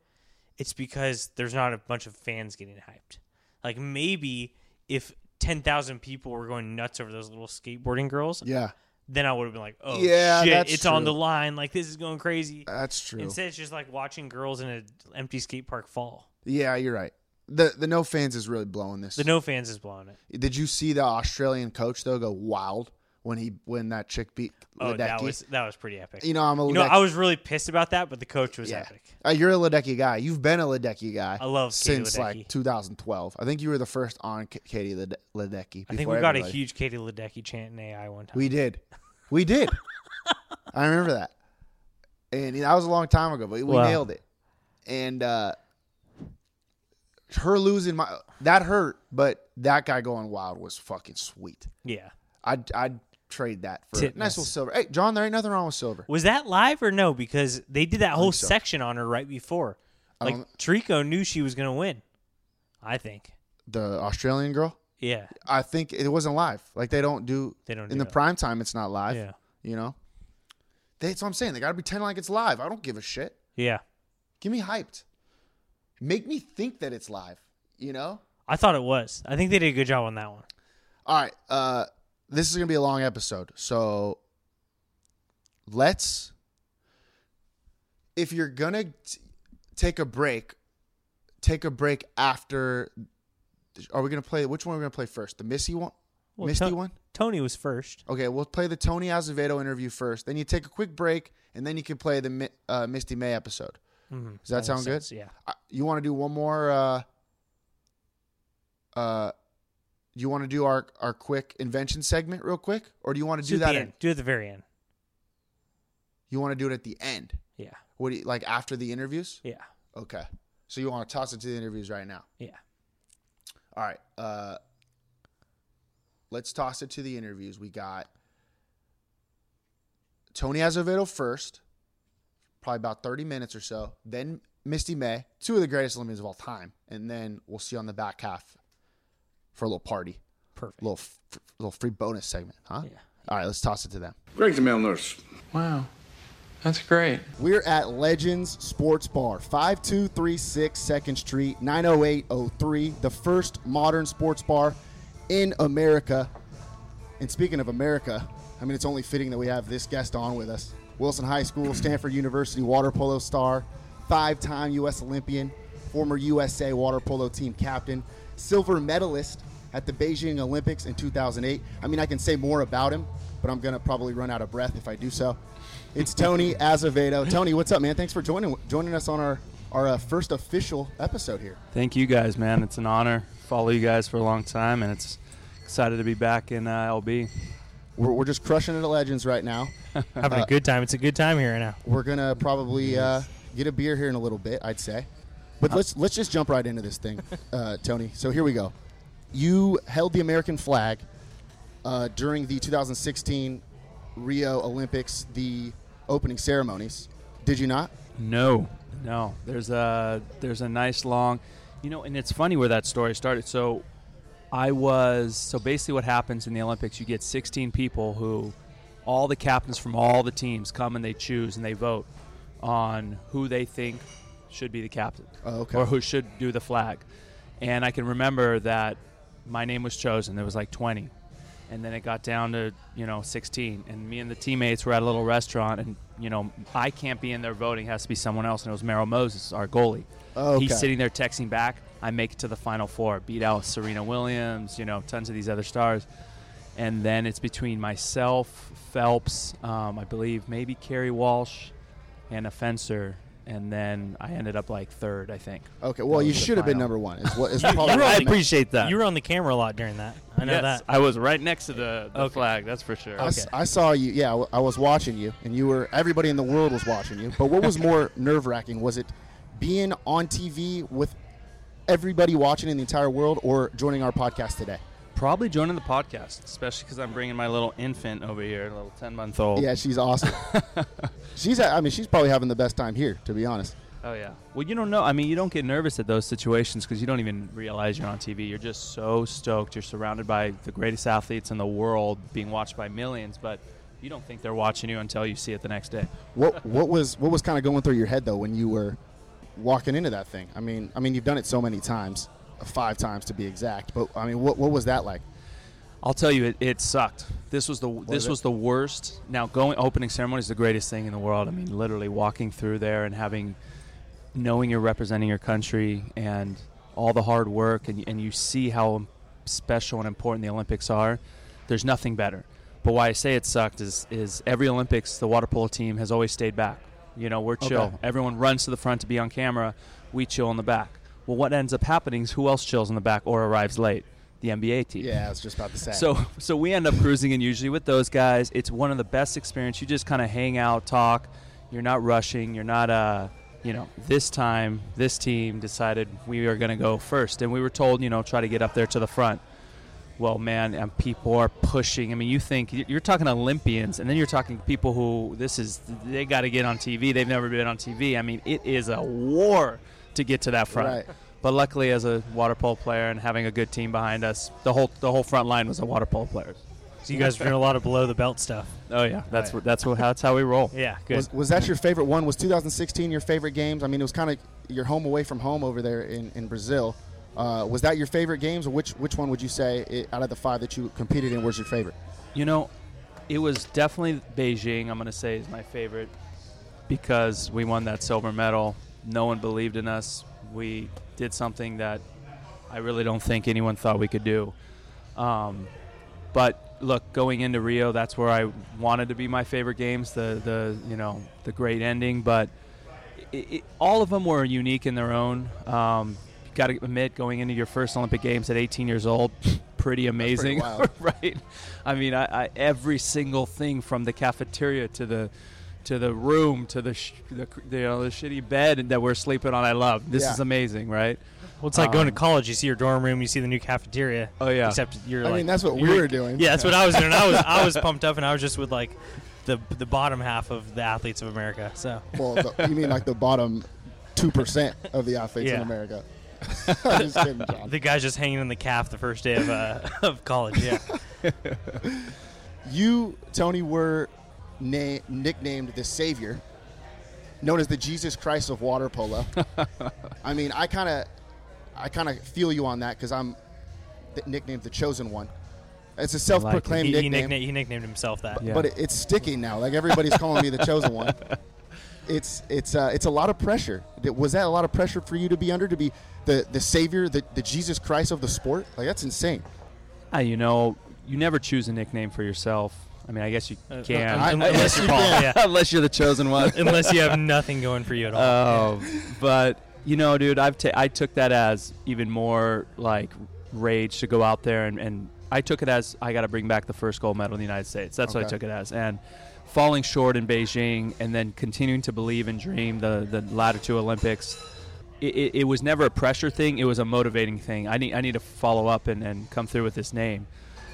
it's because there's not a bunch of fans getting hyped. Like maybe if ten thousand people were going nuts over those little skateboarding girls,
Yeah,
then I would have been like, oh
Yeah,
shit,
that's
it's on
true.
the line. Like this is going crazy.
that's true.
Instead, it's just like watching girls in an empty skate park fall.
Yeah, you're right. The the no fans is really blowing this.
The no fans is blowing it.
Did you see the Australian coach though go wild when he when that chick beat
Oh,
Ledecky?
that was that was pretty epic.
you know I'm a
You
Ledecky.
know, I was really pissed about that, but the coach was
yeah.
epic.
Uh, you're a Ledecky guy. You've been a Ledecky guy.
I love Katie
since like
Ledecky.
2012. I think you were the first on K- Katie Lede- Ledecky.
I think
before
we got a
everybody.
huge Katie Ledecky chant in AI one time.
We did, we did. I remember that, and that was a long time ago, but we
Wow.
nailed it. And uh, her losing my that hurt, but that guy going wild was fucking sweet.
yeah.
I'd, I'd trade that for
Titmus.
nice little silver. Hey, John, there ain't nothing wrong with silver.
Was that live or no? Because they did that whole
so.
section on her right before. Like
don't-
Trico knew she was gonna win. I think.
The Australian girl,
Yeah.
I think it wasn't live. Like they don't do
They don't
in
do
the
that.
prime time. It's not live.
Yeah.
you know. That's what I'm saying. They got to pretend like it's live. I don't give a shit.
Yeah.
Give me hyped. Make me think that it's live. You know.
I thought it was. I think they did a good job on that one.
All right. Uh, this is gonna be a long episode, so let's. If you're gonna t- take a break, take a break after. Are we gonna play? Which one are we gonna play first? The Missy one,
Well,
Misty
To-
one.
Tony was first.
Okay, we'll play the Tony Azevedo interview first. Then you take a quick break, and then you can play the Mi- uh, Misty May episode.
Mm-hmm.
Does that, sound
makes
good?
sense, Yeah.
I- you want to do one more uh uh you want to do our our quick invention segment real quick or do you want to do
at the
that
end.
in,
Do it at the very end.
you want to do it at the end
Yeah.
what do you like after the interviews
Yeah.
okay so you want to toss it to the interviews right now
Yeah.
all right uh Let's toss it to the interviews. We got Tony Azevedo first, probably about 30 minutes or so. Then Misty May, two of the greatest Olympians of all time. And then we'll see you on the back half for a little party,
Perfect.
little, f- little free bonus segment, huh? Yeah. All right, let's toss it to them.
Greg's a male nurse.
Wow. That's great.
We're at Legends Sports Bar, 5236 2nd Street, 90803, the first modern sports bar in America. And speaking of America, I mean, it's only fitting that we have this guest on with us. Wilson High School, Stanford University water polo star, five time U.S. Olympian, former USA water polo team captain, silver medalist at the Beijing Olympics in 2008. I mean, I can say more about him, but I'm going to probably run out of breath if I do so. It's Tony Azevedo. Tony, what's up, man? Thanks for joining joining us on our our uh, first official episode here.
Thank you guys, man. It's an honor. Follow you guys for a long time, and it's excited to be back in uh, LB.
We're, we're just crushing it at Legends right now.
Having a good time. It's a good time here now.
We're gonna probably uh, get a beer here in a little bit, I'd say. But let's let's just jump right into this thing, uh, Tony. So here we go. You held the American flag uh, during the 2016 Rio Olympics, the opening ceremonies. Did you not?
No, no. There's a there's a nice long, you know, and it's funny where that story started. So, I was so basically what happens in the Olympics, you get 16 people who, all the captains from all the teams come and they choose and they vote on who they think should be the captain
Oh, okay.
or who should do the flag, and I can remember that my name was chosen. There was like 20. And then it got down to you know 16, and me and the teammates were at a little restaurant, and you know I can't be in there voting; it has to be someone else. And it was Merrill Moses, our goalie.
Oh, okay.
He's sitting there texting back. I make it to the final four, beat out Serena Williams, you know, tons of these other stars. And then it's between myself, Phelps, um, I believe maybe Kerry Walsh, and a fencer. And then I ended up like third, I think.
Okay. Well,
That
you
was the
should have been
final.
number one. Is
[laughs]
what, is probably
I
what meant.
appreciate that.
You were on the camera a lot during that. I know
Yes,
that.
I was right next to the, the flag. That's for sure.
I s- I, saw you. Yeah, I w- I was watching you, and you were. Everybody in the world was watching you. But what was more nerve wracking was it being on TV with everybody watching in the entire world, or joining our podcast today?
Probably joining the podcast, especially because I'm bringing my little infant over here, a little ten month old.
Yeah, she's awesome. she's. a- I mean, she's probably having the best time here, to be honest.
Oh yeah. Well, you don't know. I mean, you don't get nervous at those situations because you don't even realize you're on TV. You're just so stoked. You're surrounded by the greatest athletes in the world, being watched by millions, but you don't think they're watching you until you see it the next day.
What What was What was kind of going through your head though when you were walking into that thing? I mean, I mean, you've done it so many times, uh, five times to be exact. But I mean, what What was that like?
I'll tell you, it, it sucked. This was the
is
this
it?
was the worst. Now, going opening ceremony is the greatest thing in the world. I mean, literally walking through there and having, knowing you're representing your country and all the hard work, and and you see how special and important the Olympics are. There's nothing better. But why I say it sucked is is every Olympics the water polo team has always stayed back. You know, we're chill.
Okay.
Everyone runs to the front to be on camera. We chill in the back. Well, what ends up happening is who else chills in the back or arrives late? The NBA team.
Yeah, I was just about to say.
So so we end up cruising and usually with those guys. It's one of the best experience. You just kind of hang out, talk. You're not rushing. You're not uh you know this time this team decided we are going to go first, and we were told you know try to get up there to the front. Well, man, and people are pushing. I mean, you think you're talking Olympians, and then you're talking people who this is they got to get on TV. They've never been on TV. I mean, it is a war to get to that front.
Right.
But luckily, as a water polo player and having a good team behind us, the whole the whole front line was the water polo players.
So you guys were doing a lot of below the belt stuff.
Oh yeah, that's what that's what that's how
[laughs]
we roll.
Yeah, good.
Was, was that your favorite one? Was 2016 your favorite games? I mean, it was kind of your home away from home over there in, in Brazil. Uh, was that your favorite games, or which which one would you say i out of the five that you competed in was your favorite?
You know, it was definitely Beijing. I'm gonna say is my favorite because we won that silver medal. No one believed in us. We did something that I really don't think anyone thought we could do. Um, but look, going into Rio, that's where I wanted to be my favorite games. The the you know the great ending, but it, it, all of them were unique in their own. Um, Got to admit, going into your first Olympic Games at 18 years old, [laughs] pretty amazing,
wild.
[laughs] right? I mean, I, I, every single thing from the cafeteria to the to the room to the sh- the, cr- you know, the shitty bed that we're sleeping on, I love. This
Yeah.
is amazing, right?
Well, it's like going to college. You see your dorm room. You see the new cafeteria.
Oh, yeah.
Except you're
I
like.
mean, that's what we
you're-
were doing.
Yeah, that's what I was doing. I was I was pumped up, and I was just with like the the bottom half of the athletes of America. So
[laughs] Well, the, you mean like the bottom two percent of the athletes in
Yeah. [laughs]
America? [laughs] I'm just kidding, John.
the guy's just hanging in the calf the first day of uh, [laughs] of college.
[laughs]
Yeah.
You, Tony, were na- nicknamed the Savior, known as the Jesus Christ of water
[laughs]
polo. I mean, I kind of, I kind of feel you on that because I'm th- nicknamed the Chosen One. It's a self-proclaimed
he, he
nickname,
nickna- he nicknamed himself that.
Yeah.
but it, it's sticking now. Like everybody's calling me the Chosen
[laughs]
One. It's it's uh, it's a lot of pressure. Th- Was that a lot of pressure for you to be under to be the the Savior, the, the Jesus Christ of the sport? Like that's insane.
Ah, you know, you never choose a nickname for yourself. I mean, Uh, I guess you can. [laughs]
un- unless you're Paul. Yeah.
Unless you're the chosen one.
Unless you have nothing going for you at all.
Oh, but you know, dude, I've ta- I took that as even more like rage to go out there and, and I took it as I got to bring back the first gold medal in the United States. That's what I
Okay.
took it as, and falling short in Beijing and then continuing to believe and dream the the latter two Olympics. It, it, it was never a pressure thing. It was a motivating thing. I need I need to follow up and, and come through with this name.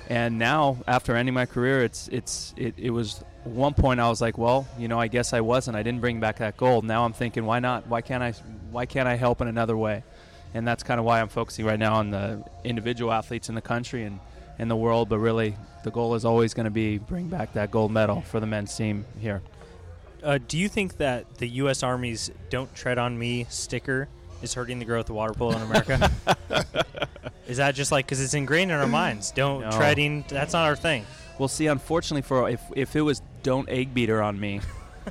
And now, after ending my career, it's it's it, it was one point I was like, well, you know, I guess I wasn't. I didn't bring back that gold. Now I'm thinking, why not? Why can't I? Why can't I help in another way? And that's kind of why I'm focusing right now on the individual athletes in the country and in the world. But really, the goal is always going to be bring back that gold medal for the men's team here.
Uh, do you think that the U.S. Army's "Don't Tread on Me" sticker is hurting the growth of water polo in America? is that just like because it's ingrained in our minds? Don't
No.
treading. That's not our thing.
Well, see, unfortunately for if if it was don't egg beater on me,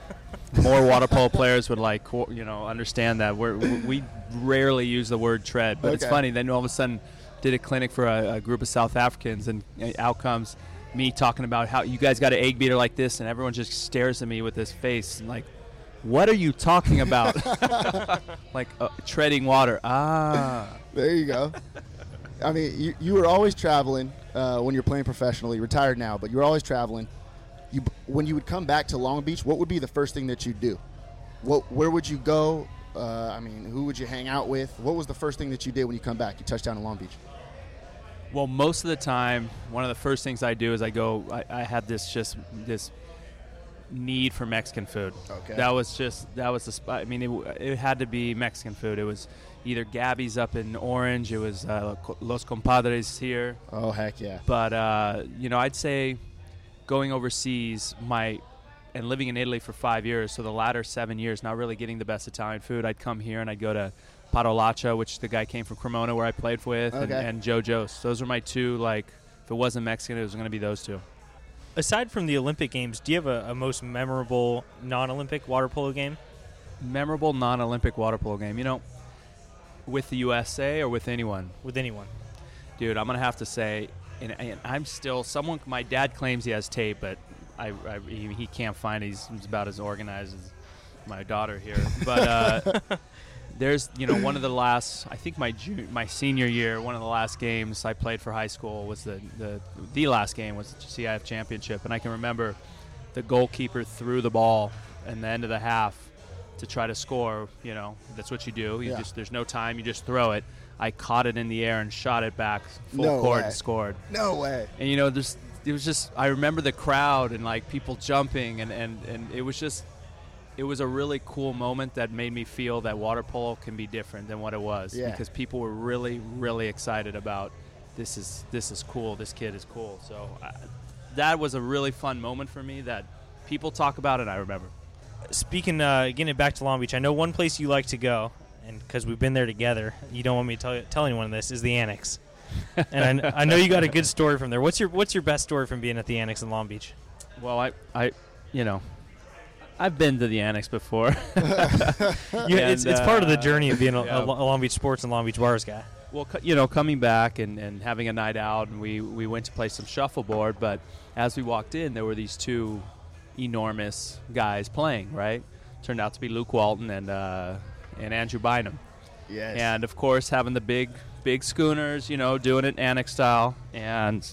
[laughs] more water polo players would like co- you know understand that we're, we rarely use the word tread, but it's
Okay.
funny. Then all of a sudden, did a clinic for a, a group of South Africans, and uh, out comes me talking about how you guys got an egg beater like this, and everyone just stares at me with this face and like. What are you talking about? [laughs] like uh, treading water. Ah,
There you go. I mean, you, you were always traveling uh, when you're playing professionally. You're retired now, but you were always traveling. You when you would come back to Long Beach, what would be the first thing that you'd do? What where would you go? Uh, I mean, who would you hang out with? What was the first thing that you did when you come back? You touched down in Long Beach.
Well, most of the time, one of the first things I do is I go. I, I had this just this need for Mexican food.
Okay.
That was just that was the spot. I mean, it, w- it had to be Mexican food. It was either Gabby's up in Orange. It was uh, Los Compadres here.
Oh heck yeah!
But uh, you know, I'd say going overseas, my and living in Italy for five years, so the latter seven years, not really getting the best Italian food. I'd come here and I'd go to Padolaccia, which the guy came from Cremona where I played with, and,
Okay.
and JoJo's. Those were my two. Like, if it wasn't Mexican, it was going to be those two.
Aside from the Olympic Games, do you have a, a most memorable non-Olympic water polo game?
Memorable non-Olympic water polo game. You know, with the USA or with anyone.
with anyone.
Dude, I'm gonna have to say, and, and I'm still someone. My dad claims he has tape, but I, I he, he can't find. It. He's, he's about as organized as my daughter here. But
[laughs]
uh, there's, you know, one of the last. I think my ju- my senior year, one of the last games I played for high school was the the the last game was the CIF championship, and I can remember the goalkeeper threw the ball in the end of the half to try to score. You know, that's what you do. You
Yeah.
just there's no time. You just throw it. I caught it in the air and shot it back full
No
court
way.
and scored.
No way.
And you know, there's it was just I remember the crowd and like people jumping and and and it was just it was a really cool moment that made me feel that water polo can be different than what it was
Yeah.
because people were really really excited about this is this is cool this kid is cool so I, that was a really fun moment for me that people talk about and I remember
Speaking, uh, getting it back to Long Beach, I know one place you like to go, and because we've been there together, you don't want me to tell, tell anyone this is the Annex. and I, I know you got a good story from there. What's your What's your best story from being at the Annex in Long Beach?
well I I you know I've been to the annex before [laughs]
You, it's,
And,
it's part of the
uh,
journey of being a, a
yeah.
Lo- a Long Beach sports and Long Beach bars guy.
Well, co- you know, coming back and, and having a night out, and we, we went to play some shuffleboard, but as we walked in, there were these two enormous guys playing, right? Turned out to be Luke Walton and, uh, and Andrew Bynum.
Yes.
And of course, having the big, big schooners, you know, doing it annex style. And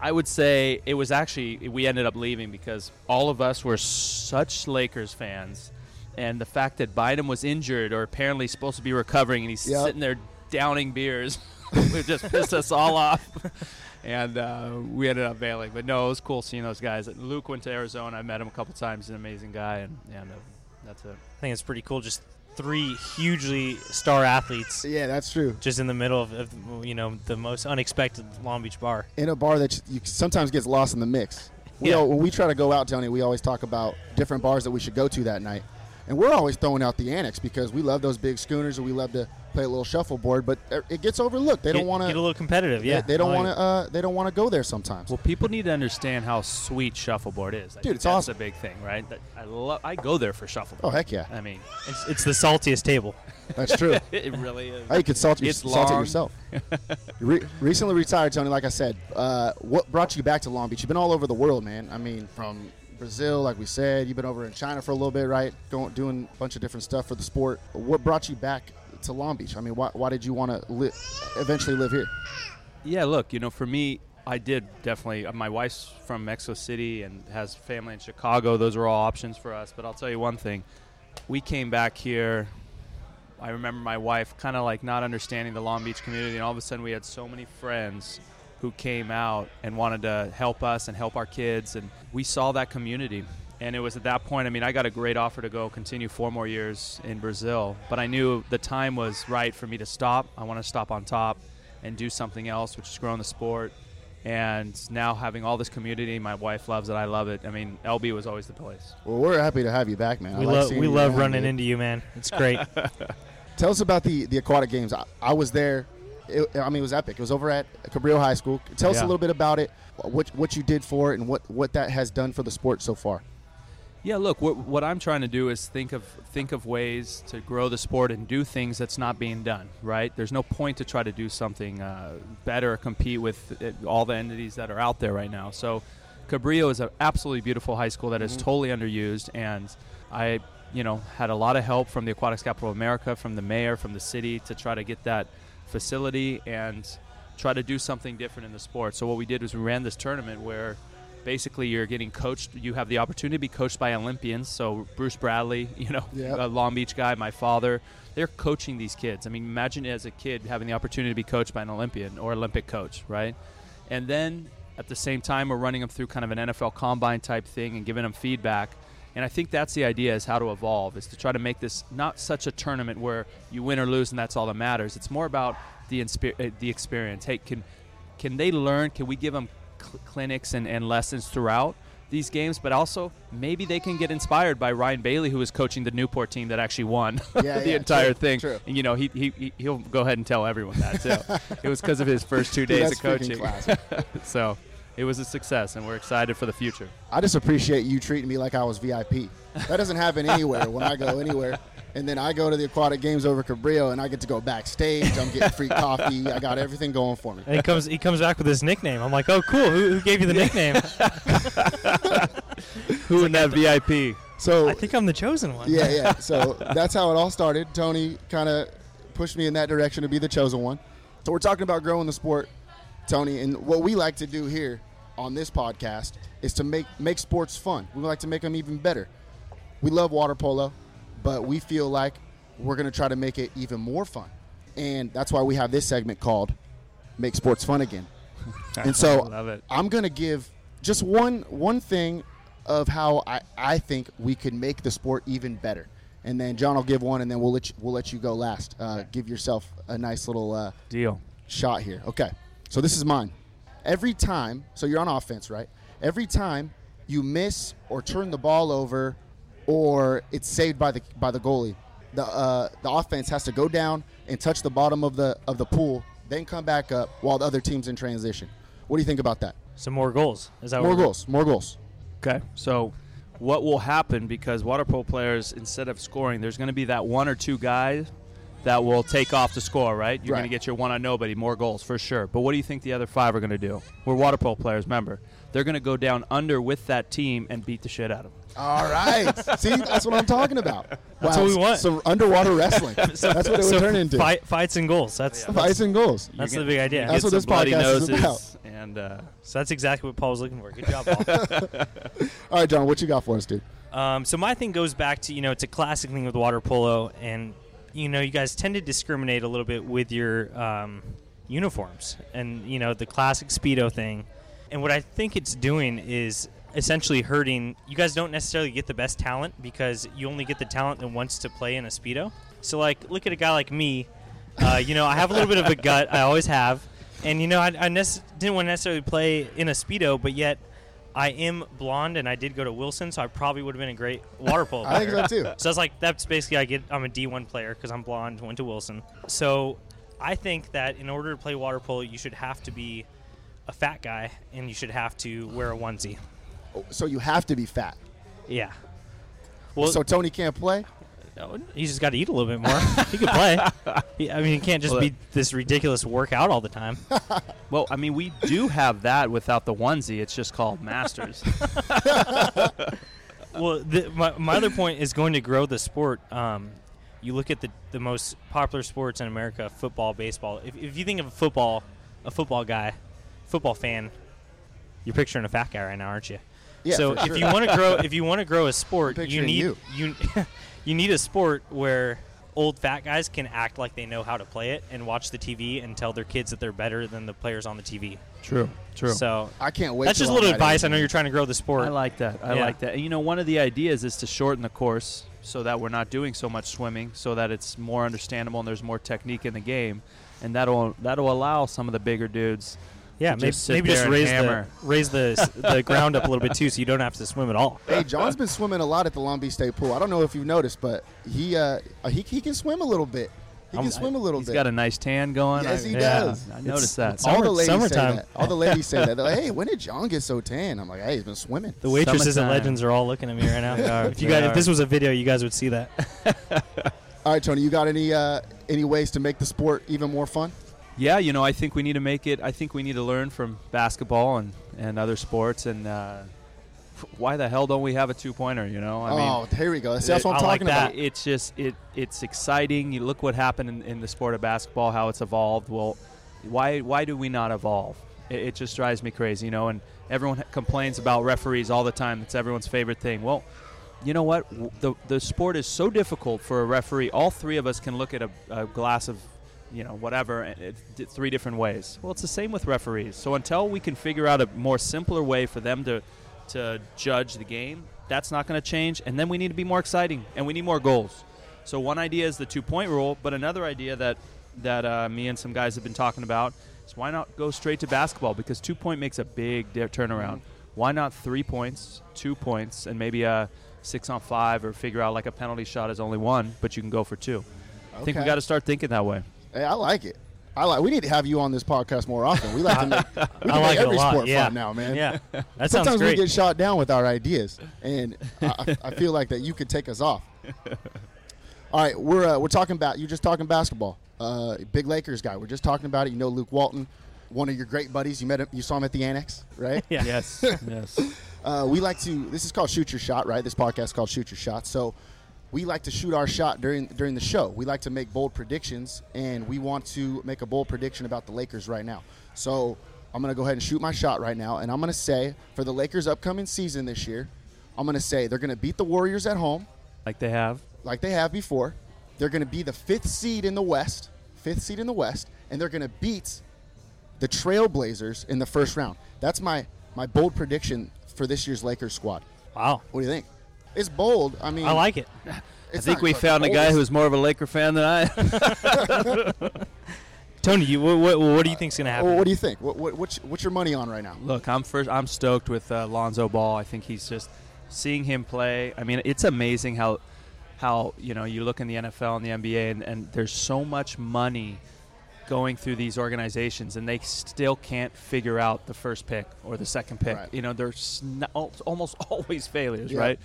I would say it was actually, we ended up leaving because all of us were such Lakers fans. And the fact that Bynum was injured or apparently supposed to be recovering and he's
Yep.
sitting there downing beers. [laughs] it just pissed us all off. And uh, we ended up bailing. But no, it was cool seeing those guys. Luke went to Arizona. I met him a couple times. He's an amazing guy. And, and uh, that's it.
I think it's pretty cool. Just three hugely star athletes
Yeah, that's true.
just in the middle of, of you know the most unexpected Long Beach bar.
in a bar that you sometimes gets lost in the mix. We
Yeah.
all, when we try to go out, Tony, we always talk about different bars that we should go to that night. And we're always throwing out the annex because we love those big schooners and we love to play a little shuffleboard, but er, it gets overlooked. They don't
Get-
want
get a
to
little competitive. Yeah,
they, they don't
Oh,
want
yeah.
to uh, they don't want to go there sometimes.
Well, people need to understand how sweet shuffleboard is. I
Dude,
think
it's
that's
awesome.
a big thing, right? That, I love. I go there for
oh
shuffleboard.
heck yeah.
uh,
I mean,
It's, it's the saltiest table.
That's true.
it really is.
How you could salt, your,
It's
salt it
long. [laughs]
yourself. You re- recently retired, Tony. Like I said, uh, what brought you back to Long Beach? You've been all over the world, man. I mean, from Brazil, like we said, you've been over in China for a little bit, right? Going, doing a bunch of different stuff for the sport. What brought you back to Long Beach? I mean, why, why did you want to li- eventually live here?
Yeah, look, you know, for me, I did definitely. uh, My wife's from Mexico City and has family in Chicago. Those were all options for us. But I'll tell you one thing: we came back here. I remember my wife kind of like not understanding the Long Beach community, and all of a sudden we had so many friends who came out and wanted to help us and help our kids, and we saw that community. And it was at that point. I mean, I got a great offer to go continue four more years in Brazil, but I knew the time was right for me to stop. I want to stop on top and do something else, which is growing the sport. And now having all this community, my wife loves it. I love it. I mean, LB was always the place.
Well, we're happy to have you back, man. I
We
like
love
seeing
we
you
love
around,
running
dude.
into
[laughs]
you, man. It's great.
Tell us about the the aquatic games. I, I was there. It, I mean, it was epic. It was over at Cabrillo High School. Tell us
Yeah.
a little bit about it. What what you did for it, and what what that has done for the sport so far.
Yeah, look, what, what I'm trying to do is think of think of ways to grow the sport and do things that's not being done. Right? There's no point to try to do something uh, better, compete with uh, all the entities that are out there right now. So, Cabrillo is an absolutely beautiful high school that is totally underused, and I, you know, had a lot of help from the Aquatics Capital of America, from the mayor, from the city to try to get that facility and try to do something different in the sport. So what we did was we ran this tournament where basically you're getting coached you have the opportunity to be coached by olympians so bruce bradley [laughs] you know
Yep.
a long beach guy my father they're coaching these kids i mean imagine as a kid having the opportunity to be coached by an olympian or olympic coach right and then at the same time we're running them through kind of an nfl combine type thing and giving them feedback and i think that's the idea is how to evolve is to try to make this not such a tournament where you win or lose and that's all that matters it's more about the, inspe- uh, the experience hey can can they learn? Can we give them cl- clinics and, and lessons throughout these games? But also, maybe they can get inspired by Ryan Bailey, who is coaching the Newport team that actually won [laughs]
Yeah,
the
yeah,
entire
true,
thing.
true.
And, you know, he, he, he- he'll go ahead and tell everyone that,
[laughs]
too. it was because of his first two
Dude,
days
that's
of
freaking
coaching.
classic.
[laughs] so it was a success, and we're excited for the future.
I just appreciate you treating me like I was VIP. That doesn't [laughs] happen anywhere when I go anywhere. And then I go to the aquatic games over Cabrillo and I get to go backstage. I'm getting [laughs] free coffee. I got everything going for me.
and he comes he comes back with his nickname. I'm like, oh cool. Who, who gave you
[laughs]
the nickname?
Who in that VIP?
So
I think I'm the chosen one.
yeah, yeah. So that's how it all started. Tony kind of pushed me in that direction to be the chosen one. So we're talking about growing the sport, Tony, and what we like to do here on this podcast is to make make sports fun. We like to make them even better. We love water polo, but we feel like we're going to try to make it even more fun. And that's why we have this segment called Make Sports Fun
[laughs]
Again. And so
Love it.
I'm gonna give just one one thing of how I, I think we could make the sport even better, and then John will give one, and then we'll let you, we'll let you go last. Uh, give yourself a nice little uh,
Deal.
shot here. Okay, so this is mine. Every time, so you're on offense, right? Every time you miss or turn the ball over, or it's saved by the by the goalie, the uh, the offense has to go down and touch the bottom of the of the pool, then come back up while the other team's in transition. What do you think about that?
Some more goals. Is that
More
what we're-
goals, more goals.
Okay. So, what will happen because water polo players, instead of scoring, there's going to be that one or two guys that will take off to score, right? You're
Right.
going to get your one on nobody, more goals for sure. But what do you think the other five are going to do? We're water polo players, remember. They're going to go down under with that team and beat the shit out of them.
All right, [laughs] see, that's what I'm talking about. That's
what we want.
Some underwater wrestling. that's what it would
[laughs] So
turn into.
fight, fights and goals. That's
Fights and goals.
that's
You're
the big idea.
That's
Get
what
some
this
bloody
podcast is
noses
about.
And uh,
so that's exactly what Paul's looking for. Good
[laughs]
job, Paul.
All right, John, what you got for us, dude?
Um, so my thing goes back to you know it's a classic thing with water polo, and you know, you guys tend to discriminate a little bit with your um, uniforms and, you know, the classic Speedo thing. And what I think it's doing is essentially hurting. You guys don't necessarily get the best talent because you only get the talent that wants to play in a Speedo. So, like, look at a guy like me. Uh, you know, I have a little bit of a gut. I always have. And, you know, I, I nec- didn't want to necessarily play in a Speedo, but yet. I am blonde, and I did go to Wilson, so I probably would have been a great water polo.
[laughs] I think
player.
so too.
So I was like, that's basically I get. I'm a D1 player because I'm blonde. Went to Wilson. So I think that in order to play water polo, you should have to be a fat guy and you should have to wear a onesie.
So you have to be fat.
Yeah. Well,
So Tony can't play.
he's just got to eat a little bit more. he
[laughs]
could play. He- I mean, he can't just
Well,
be this ridiculous workout all the time.
Well, I mean, we do have that without the onesie. It's just
[laughs]
called Masters.
well, the, my, my other point is going to grow the sport. Um, you look at the, the most popular sports in America: football, baseball. If, if you think of football, a football guy, football fan, you're picturing a fat guy right now, aren't you?
Yeah,
so
for
if
sure.
you
[laughs]
want to grow, if you want to grow a sport,
I'm
you
picturing
need
you.
you [laughs] you need a sport where old fat guys can act like they know how to play it and watch the TV and tell their kids that they're better than the players on the TV.
true. True.
So
I can't wait.
that's
till
just a
I'm
little
that
advice. I
age.
know you're trying to grow the sport.
I like that. I
Yeah.
like that. And, you know, one of the ideas is to shorten the course so that we're not doing so much swimming, so that it's more understandable and there's more technique in the game, and that'll that'll allow some of the bigger dudes.
Yeah,
to
maybe
just sit
maybe
there
just
and
raise
hammer.
the [laughs] raise the the ground up a little bit too, so you don't have to swim at all.
Hey, John's been swimming a lot at the Long Beach State Pool. I don't know if you've noticed, but he uh, he, he can swim a little bit. He can swim a little
He's
bit.
got a nice tan going.
yes,
I,
he
yeah,
does.
I
It's-
noticed that.
all
Summer-
the ladies
summertime.
say that. All the ladies say that. They're like, hey, when did John get so tan? I'm like, hey, he's been swimming.
The waitresses
Summertime.
at Legends are all looking at me right now. if you
[laughs] They
guys,
are.
if this was a video, you guys would see that.
All right, Tony, you got any uh, any ways to make the sport even more fun?
Yeah, you know, I think we need to make it. I think we need to learn from basketball and and other sports. And uh, why the hell don't we have a two pointer? You know, I mean,
oh, here we go. See, that's what I'm
I like
talking
that.
about.
it's just it it's exciting. You look what happened in, in the sport of basketball, how it's evolved. Well, why why do we not evolve? It, it just drives me crazy, you know. And everyone complains about referees all the time. It's everyone's favorite thing. Well, you know what? W- The the sport is so difficult for a referee. All three of us can look at a, a glass of you know whatever and it, d- three different ways. Well, it's the same with referees. So until we can figure out a more simpler way for them to to judge the game, that's not going to change. And then we need to be more exciting and we need more goals. So one idea is the two point rule, but another idea that that uh, me and some guys have been talking about is why not go straight to basketball because two point makes a big di- turnaround. Why not three points, two points, and maybe a six on five, or figure out like a penalty shot is only one, but you can go for two. I think we
Okay.
got to start thinking that way.
Hey, I like it. I like. We need to have you on this podcast more often. We like to make, [laughs]
[laughs]
we can
I
make
like it a
every
lot.
sport
yeah.
fun now, man. [laughs]
Yeah, that sounds
Sometimes we
great.
get shot down with our ideas, and I, I I feel like that you could take us
[laughs]
off. All right, we're uh, we're talking about you're just talking basketball. Uh, big Lakers guy. We're just talking about it. You know Luke Walton, one of your great buddies. You met him. You saw him at the annex, right?
[laughs]
[laughs]
Yeah.
Yes, yes.
Uh, we like to. This is called Shoot Your Shot, right? This podcast is called Shoot Your Shot. So we like to shoot our shot during during the show. We like to make bold predictions, and we want to make a bold prediction about the Lakers right now. So I'm going to go ahead and shoot my shot right now, and I'm going to say for the Lakers' upcoming season this year, I'm going to say they're going to beat the Warriors at home
Like they have.
like they have before. They're going to be the fifth seed in the West, fifth seed in the West, and they're going to beat the Trailblazers in the first round. That's my my bold prediction for this year's Lakers squad.
wow,
What do you think? It's bold. I mean,
I like it.
I
it's
think
not
we
the
found a guy
boldest-
who's more of a Laker fan than I.
Tony, you, what, what, what do you think's gonna
[laughs]
happen?
Well, what do you think? What, what, what's, what's your money on right now?
[laughs] Look, I'm first. I'm stoked with uh, Lonzo Ball. I think he's just seeing him play. I mean, it's amazing how how you know you look in the NFL and the NBA, and, and there's so much money going through these organizations, and they still can't figure out the first pick or the second pick.
Right.
You know, there's no- almost [laughs] always failures,
Yeah.
right?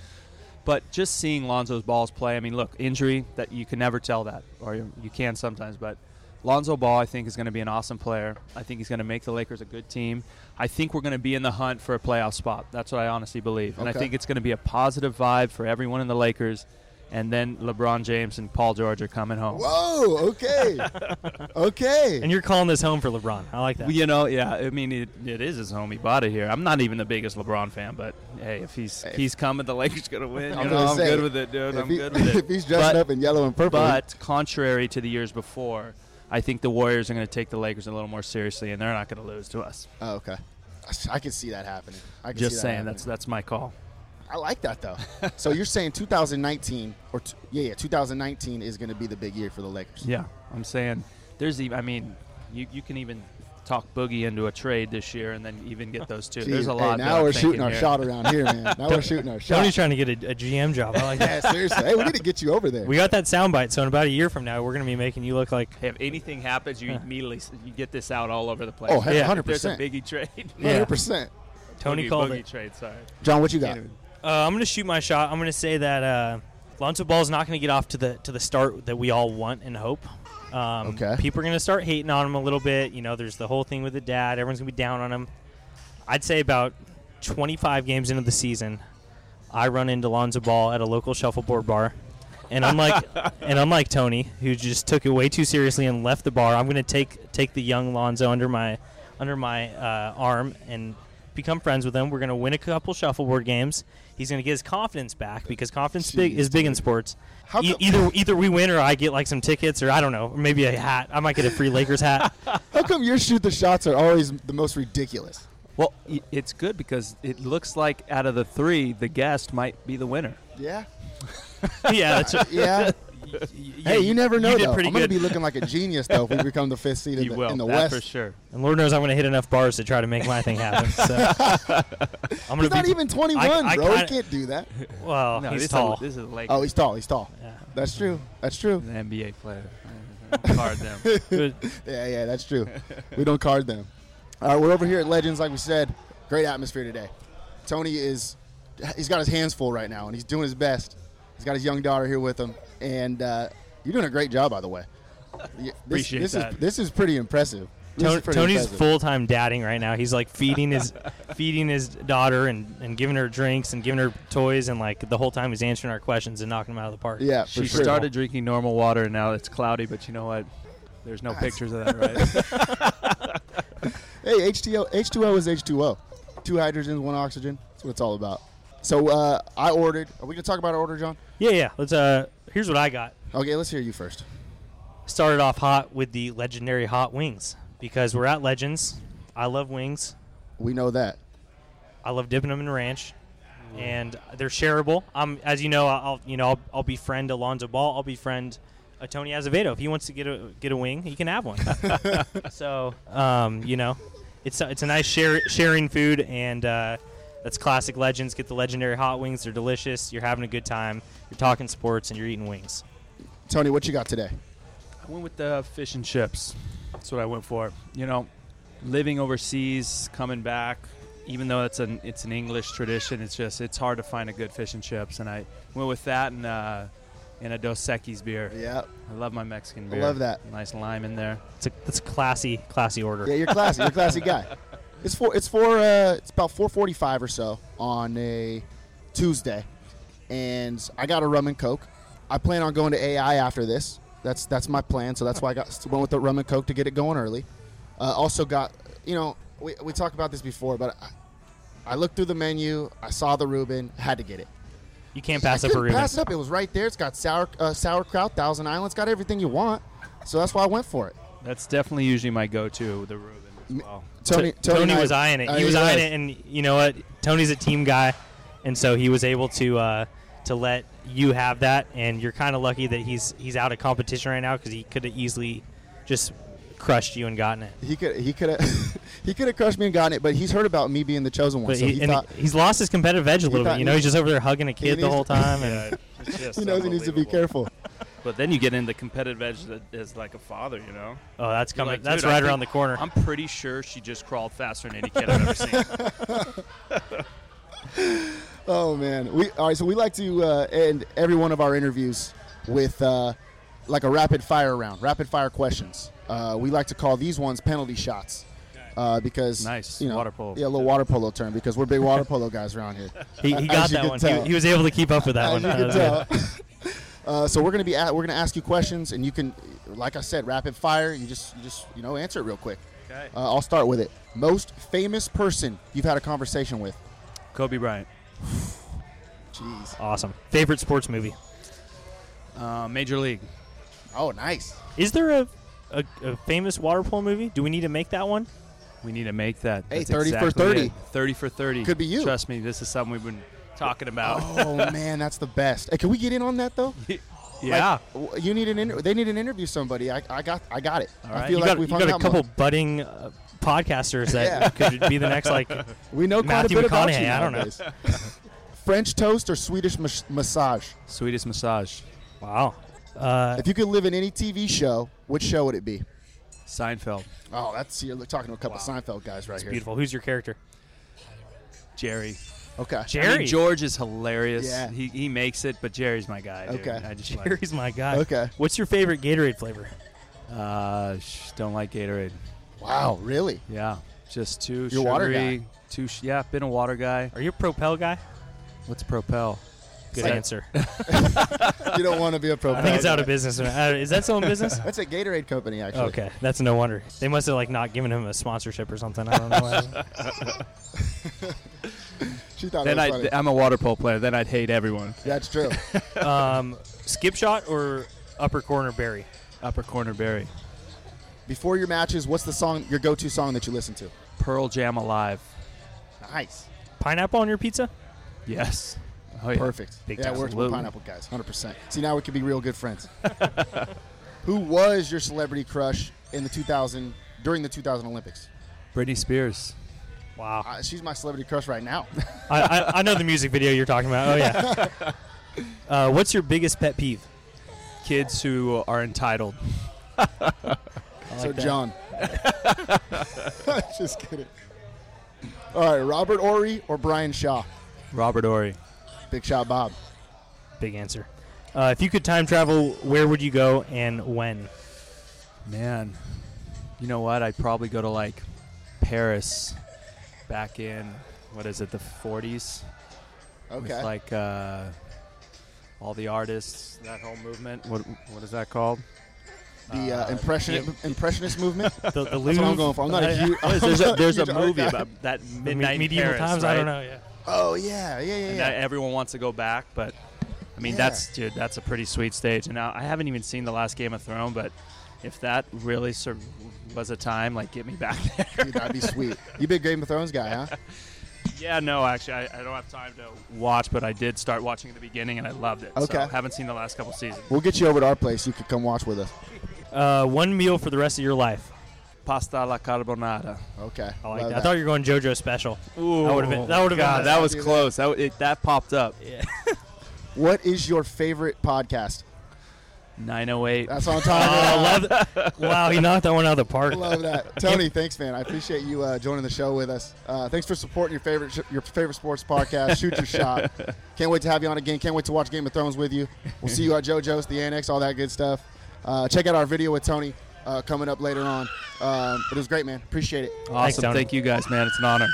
But just seeing Lonzo's balls play, I mean, look, injury that you can never tell that, or you, you can sometimes. But Lonzo Ball, I think, is going to be an awesome player. I think he's going to make the Lakers a good team. I think we're going to be in the hunt for a playoff spot. That's what I honestly believe, and I
Okay.
think it's going to be a positive vibe for everyone in the Lakers. and then LeBron James and Paul George are coming home.
Whoa,
[laughs]
okay. okay.
And you're calling this home for LeBron. I like that.
You know, yeah. I mean, it, it is his home. He bought it here. I'm not even the biggest LeBron fan, but hey, if he's he's coming, the Lakers gonna win. You know,
gonna
I'm
say,
good with it, dude.
if
I'm
he-
good with it.
[laughs] if he's dressing
But-
up in yellow and purple,
But contrary to the years before, I think the Warriors are going to take the Lakers a little more seriously, and they're not going to lose to us.
oh, okay. I can see that happening. I can
Just
see that
saying,
happening.
that's that's my call.
I like that though. so you're saying 2019 or t- yeah, yeah, 2019 is going to be the big year for the Lakers.
Yeah, I'm saying there's even. I mean, you you can even talk Boogie into a trade this year, and then even get those
[laughs]
two.
Gee,
there's a
hey,
lot. that
now
I'm
we're shooting
thinking
our
here.
shot around here, man. Now we're shooting our
Tony's
shot.
trying to get a, a GM job. I like that.
Yeah, [laughs] seriously. Hey, we need to get you over there.
We got that soundbite, so in about a year from now, we're going to be making you look like
Hey, if anything happens, you immediately s- you get this out all over the place.
Oh, hey,
If
100%.
There's a Biggie trade. [laughs]
Yeah.
100%.
Tony
Boogie,
Colvin.
Boogie trade. Sorry.
John, what you got?
Uh, I'm going to shoot my shot. I'm going to say that uh, Lonzo Ball is not going to get off to the to the start that we all want and hope. Um,
Okay.
People are going to start hating on him a little bit. You know, there's the whole thing with the dad. Everyone's going to be down on him. I'd say about 25 games into the season, I run into Lonzo Ball at a local shuffleboard bar, and
[laughs]
I'm like, and I'm like Tony, who just took it way too seriously and left the bar. I'm going to take take the young Lonzo under my under my uh, arm and become friends with him. We're going to win a couple shuffleboard games. He's going to get his confidence back because confidence big, is big in sports.
How
E-
come-
either either we win or I get like some tickets or I don't know, or maybe a hat. I might get a free
[laughs]
Lakers hat.
How come your shoot the shots are always the most ridiculous?
Well, y- it's good because it looks like out of the three, the guest might be the [laughs] winner.
Yeah.
yeah, that's
Yeah. hey, you never know
did
though.
pretty
I'm going to
good.
be looking like a genius though if we become the fifth seed in
[laughs] you
the,
will.
in the
that
West.
for sure.
And Lord knows I'm going to hit enough bars to try to make my thing happen. So
[laughs]
I'm going
He's not even 21,
I- I
bro. he
kinda-
can't do that.
Well,
Oh, No,
he's
this
tall.
Is a, this is a Lakers.
Oh, he's tall. He's tall. That's true. That's true.
an NBA
[laughs]
player. Don't Card them.
Yeah, yeah, that's true. we don't card them. All right, we're over here at Legends, like we said. Great atmosphere today. Tony is, he's got his hands full right now, and he's doing his best. He's got his young daughter here with him, and uh, you're doing a great job, by the way. Yeah, This,
Appreciate
this is
that.
this is pretty impressive. This
Ton-
is pretty
Tony's
impressive.
full time dadding right now. He's like feeding his feeding his daughter and, and giving her drinks and giving her toys and like the whole time he's answering our questions and knocking them out of the park.
Yeah, for
She
sure.
started drinking normal water, and now it's cloudy. But you know what? There's no pictures of that,
[laughs]
right?
Hey, H2O, H2O is H2O. Two hydrogens, one oxygen. That's what it's all about. So uh, I ordered. Are we gonna talk about our order, John?
yeah, yeah. Let's uh here's what I got.
Okay, let's hear you first.
started off hot with the legendary hot wings because we're at Legends. I love wings.
We know that.
I love dipping them in ranch, and they're shareable. I'm as you know, I'll you know I'll, I'll befriend Alonzo Ball. I'll befriend a Tony Azevedo if he wants to get a get a wing, he can have one. so um, you know, it's a, it's a nice share, sharing food, and uh, that's classic Legends. Get the legendary hot wings; they're delicious. You're having a good time. You're talking sports, and you're eating wings.
Tony, what you got today?
I went with the fish and chips. That's what I went for. You know, living overseas, coming back, even though it's an it's an English tradition, it's just it's hard to find a good fish and chips. And I went with that and uh, and a Dos Equis beer.
Yeah.
I love my Mexican
I
beer.
love that.
Nice lime in there.
It's a, it's a classy classy order.
Yeah, you're classy. You're a classy
[laughs]
guy. It's for it's for uh, it's about 4:45 or so on a Tuesday, and I got a rum and coke. I plan on going to AI after this. That's that's my plan. So that's why I got went with the rum and coke to get it going early. Uh, also got you know we we talked about this before, but I, I looked through the menu. I saw the Reuben. Had to get it.
You can't pass
I
up a
couldn't
Reuben.
pass it up. It was right there. It's got sour uh, sauerkraut, Thousand Island. It's got everything you want. So that's why I went for it.
That's definitely usually my go-to. The Reuben as well.
Tony,
Tony,
and I- uh,
was eyeing it.
I-
He was eyeing it, and you know what? Tony's a team guy, and so he was able to uh, to let you have that. And you're kind of lucky that he's he's out of competition right now because he could have easily just crushed you and gotten it.
He could he could have [laughs] he could have crushed me and gotten it, but he's heard about me being the chosen one,
But
so
he,
he,
and
thought
he's lost his competitive edge a little
thought
bit. You know,
he-
he's just over there hugging a kid the
needs
whole
to-
time.
[laughs]
and
[laughs] he knows he needs to be careful.
But then you get into competitive edge that is like a father, you know.
oh, that's coming.
Like,
that's
dude, I
right
think-
around the corner.
I'm pretty sure she just crawled faster than any kid I've ever seen. [laughs]
Oh man, we all right. So we like to uh, end every one of our interviews with uh, like a rapid fire round, rapid fire questions. Uh, we like to call these ones penalty shots. Uh, because
Nice.
you know,
Water polo.
yeah, a little water polo term because we're big water polo guys around here.
he, he
as
got
you
that
can
one.
tell.
He, he was able to keep up with that
As
one.
you can
That was good.
tell. [laughs] Uh, so we're gonna be at, we're gonna ask you questions, and you can, like I said, rapid fire. You just you just you know answer it real quick.
Okay.
Uh, I'll start with it. Most famous person you've had a conversation with.
Kobe Bryant.
Jeez.
Awesome. Favorite sports movie?
Uh, Major League.
Oh, nice.
Is there a, a, a famous water polo movie? Do we need to make that one?
We need to make that.
Hey,
That's
30 for
exactly
30.
it. 30 for 30.
Could be you.
Trust me, this is something we've been talking about.
Oh [laughs] man, that's the best. Hey, can we get in on that though?
yeah.
W- You need an inter- they need an interview somebody. I, I got I got it. I
right.
feel
you
like
got,
we've
you
hung
got a
out
couple
most-
podcasters uh, podcasters that could be the
[laughs]
next like
We know quite
Matthew
a bit about you.
McConaughey, I don't know.
nowadays. [laughs] French toast or Swedish mas- massage.
Sweetest massage.
wow uh,
If you could live in any TV show, which show would it be?
Seinfeld.
Oh, that's you're talking to a couple Seinfeld guys right here.
beautiful who's your character
Jerry.
Okay.
I mean,
Jerry
George is hilarious.
Yeah.
He, he makes it, but Jerry's my guy. dude.
Okay.
I just like,
Jerry's my guy
Okay.
what's your favorite Gatorade flavor
uh, sh- don't like Gatorade.
Wow, really?
Yeah. Just too
You're a water
sugary,
guy.
Too sh- yeah, been a water guy.
are you a Propel guy
What's Propel?
good
[laughs]
like-
answer
You don't want to be a pro.
[laughs] I think it's out of business now. Uh, is that still
[laughs]
in business
That's a Gatorade company, actually.
okay that's no wonder they must have like not given him a sponsorship or something I
[laughs]
don't know
She thought
Then
it was
I,
funny.
I'm a water polo player. Then I'd hate everyone.
That's
[laughs]
true.
um, skip shot or upper corner Barry
Upper corner Barry.
Before your matches, what's the song, your go-to song that you listen to?
Pearl Jam alive.
Nice.
pineapple on your pizza
Yes. Oh, yeah.
Perfect.
Big
yeah,
time.
we're
Absolutely.
pineapple guys, 100%. See, now we could be real good
[laughs]
friends. Who was your celebrity crush in the 2000, during the 2000 Olympics?
Britney Spears.
wow
Uh, she's my celebrity crush right now.
I, I, I know the music video you're talking about. Oh yeah. Uh, what's your biggest pet peeve?
Kids who are entitled.
[laughs] so, John. Just kidding. All right, Robert Ory or Brian Shaw?
Robert Ory.
Big Shot Bob.
Big answer. Uh, if you could time travel, where would you go
[laughs]
and when?
Man, you know what? I'd probably go to like Paris back in, what is it, the 40s?
Okay.
With like uh, all the artists, that whole movement. What What is that called?
the uh, impressionist, impressionist movement. That's
The, the
what
Louvre.
I'm going for. I'm
[laughs]
not a huge.
There's a, there's a
[laughs] Huge art
movie
guy.
about that
the
midnight in
medieval
Paris,
times. I don't
right?
know. Yeah.
Oh yeah, yeah, yeah,
And
yeah.
that everyone wants to go back, but I mean
Yeah.
that's dude, that's a pretty sweet stage. And now I haven't even seen the last Game of Thrones, but if that really sur- was a time, like get me back [laughs] there.
[laughs] Dude, that'd be sweet. You big Game of Thrones guy, huh?
yeah, no, actually, I, I don't have time to watch, but I did start watching at the beginning and I loved it.
Okay.
so haven't seen the last couple seasons.
We'll get you over to our place. You could come watch with us.
Uh, one meal for the rest of your life.
Pasta alla carbonara.
Okay.
I
love
like
Oh,
that. I thought you were going JoJo special.
Ooh,
That would've been- that would've been
God,
nice.
that was
Dude, that-
close. That, w- it, that popped up.
what is your favorite podcast?
908.
That's what I'm talking about.
[laughs] I love that. Wow, he knocked that one out of the park.
Love
[laughs]
that, Tony. Thanks, man. I appreciate you uh, joining the show with us. Uh, thanks for supporting your favorite sh- your favorite sports podcast. Shoot your
[laughs]
shot. Can't wait to have you on again. Can't wait to watch Game of Thrones with you. We'll see you at JoJo's, the Annex, all that good stuff. Uh, check out our video with Tony uh, coming up later on. Um, but it was great, man. Appreciate it.
awesome.
Tony.
Thank you guys, man. It's an honor.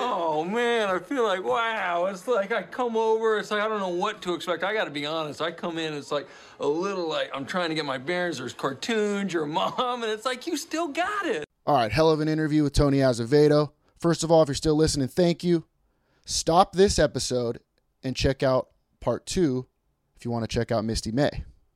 Oh man, I feel like wow. It's like I come over, it's like I don't know what to expect. I gotta be honest. I come in, it's like a little like I'm trying to get my bearings, there's cartoons, your [laughs] mom, and it's like you still got it.
All right, hell of an interview with Tony Azevedo. First of all, if you're still listening, thank you. Stop this episode and check out part two if you want to check out Misty May.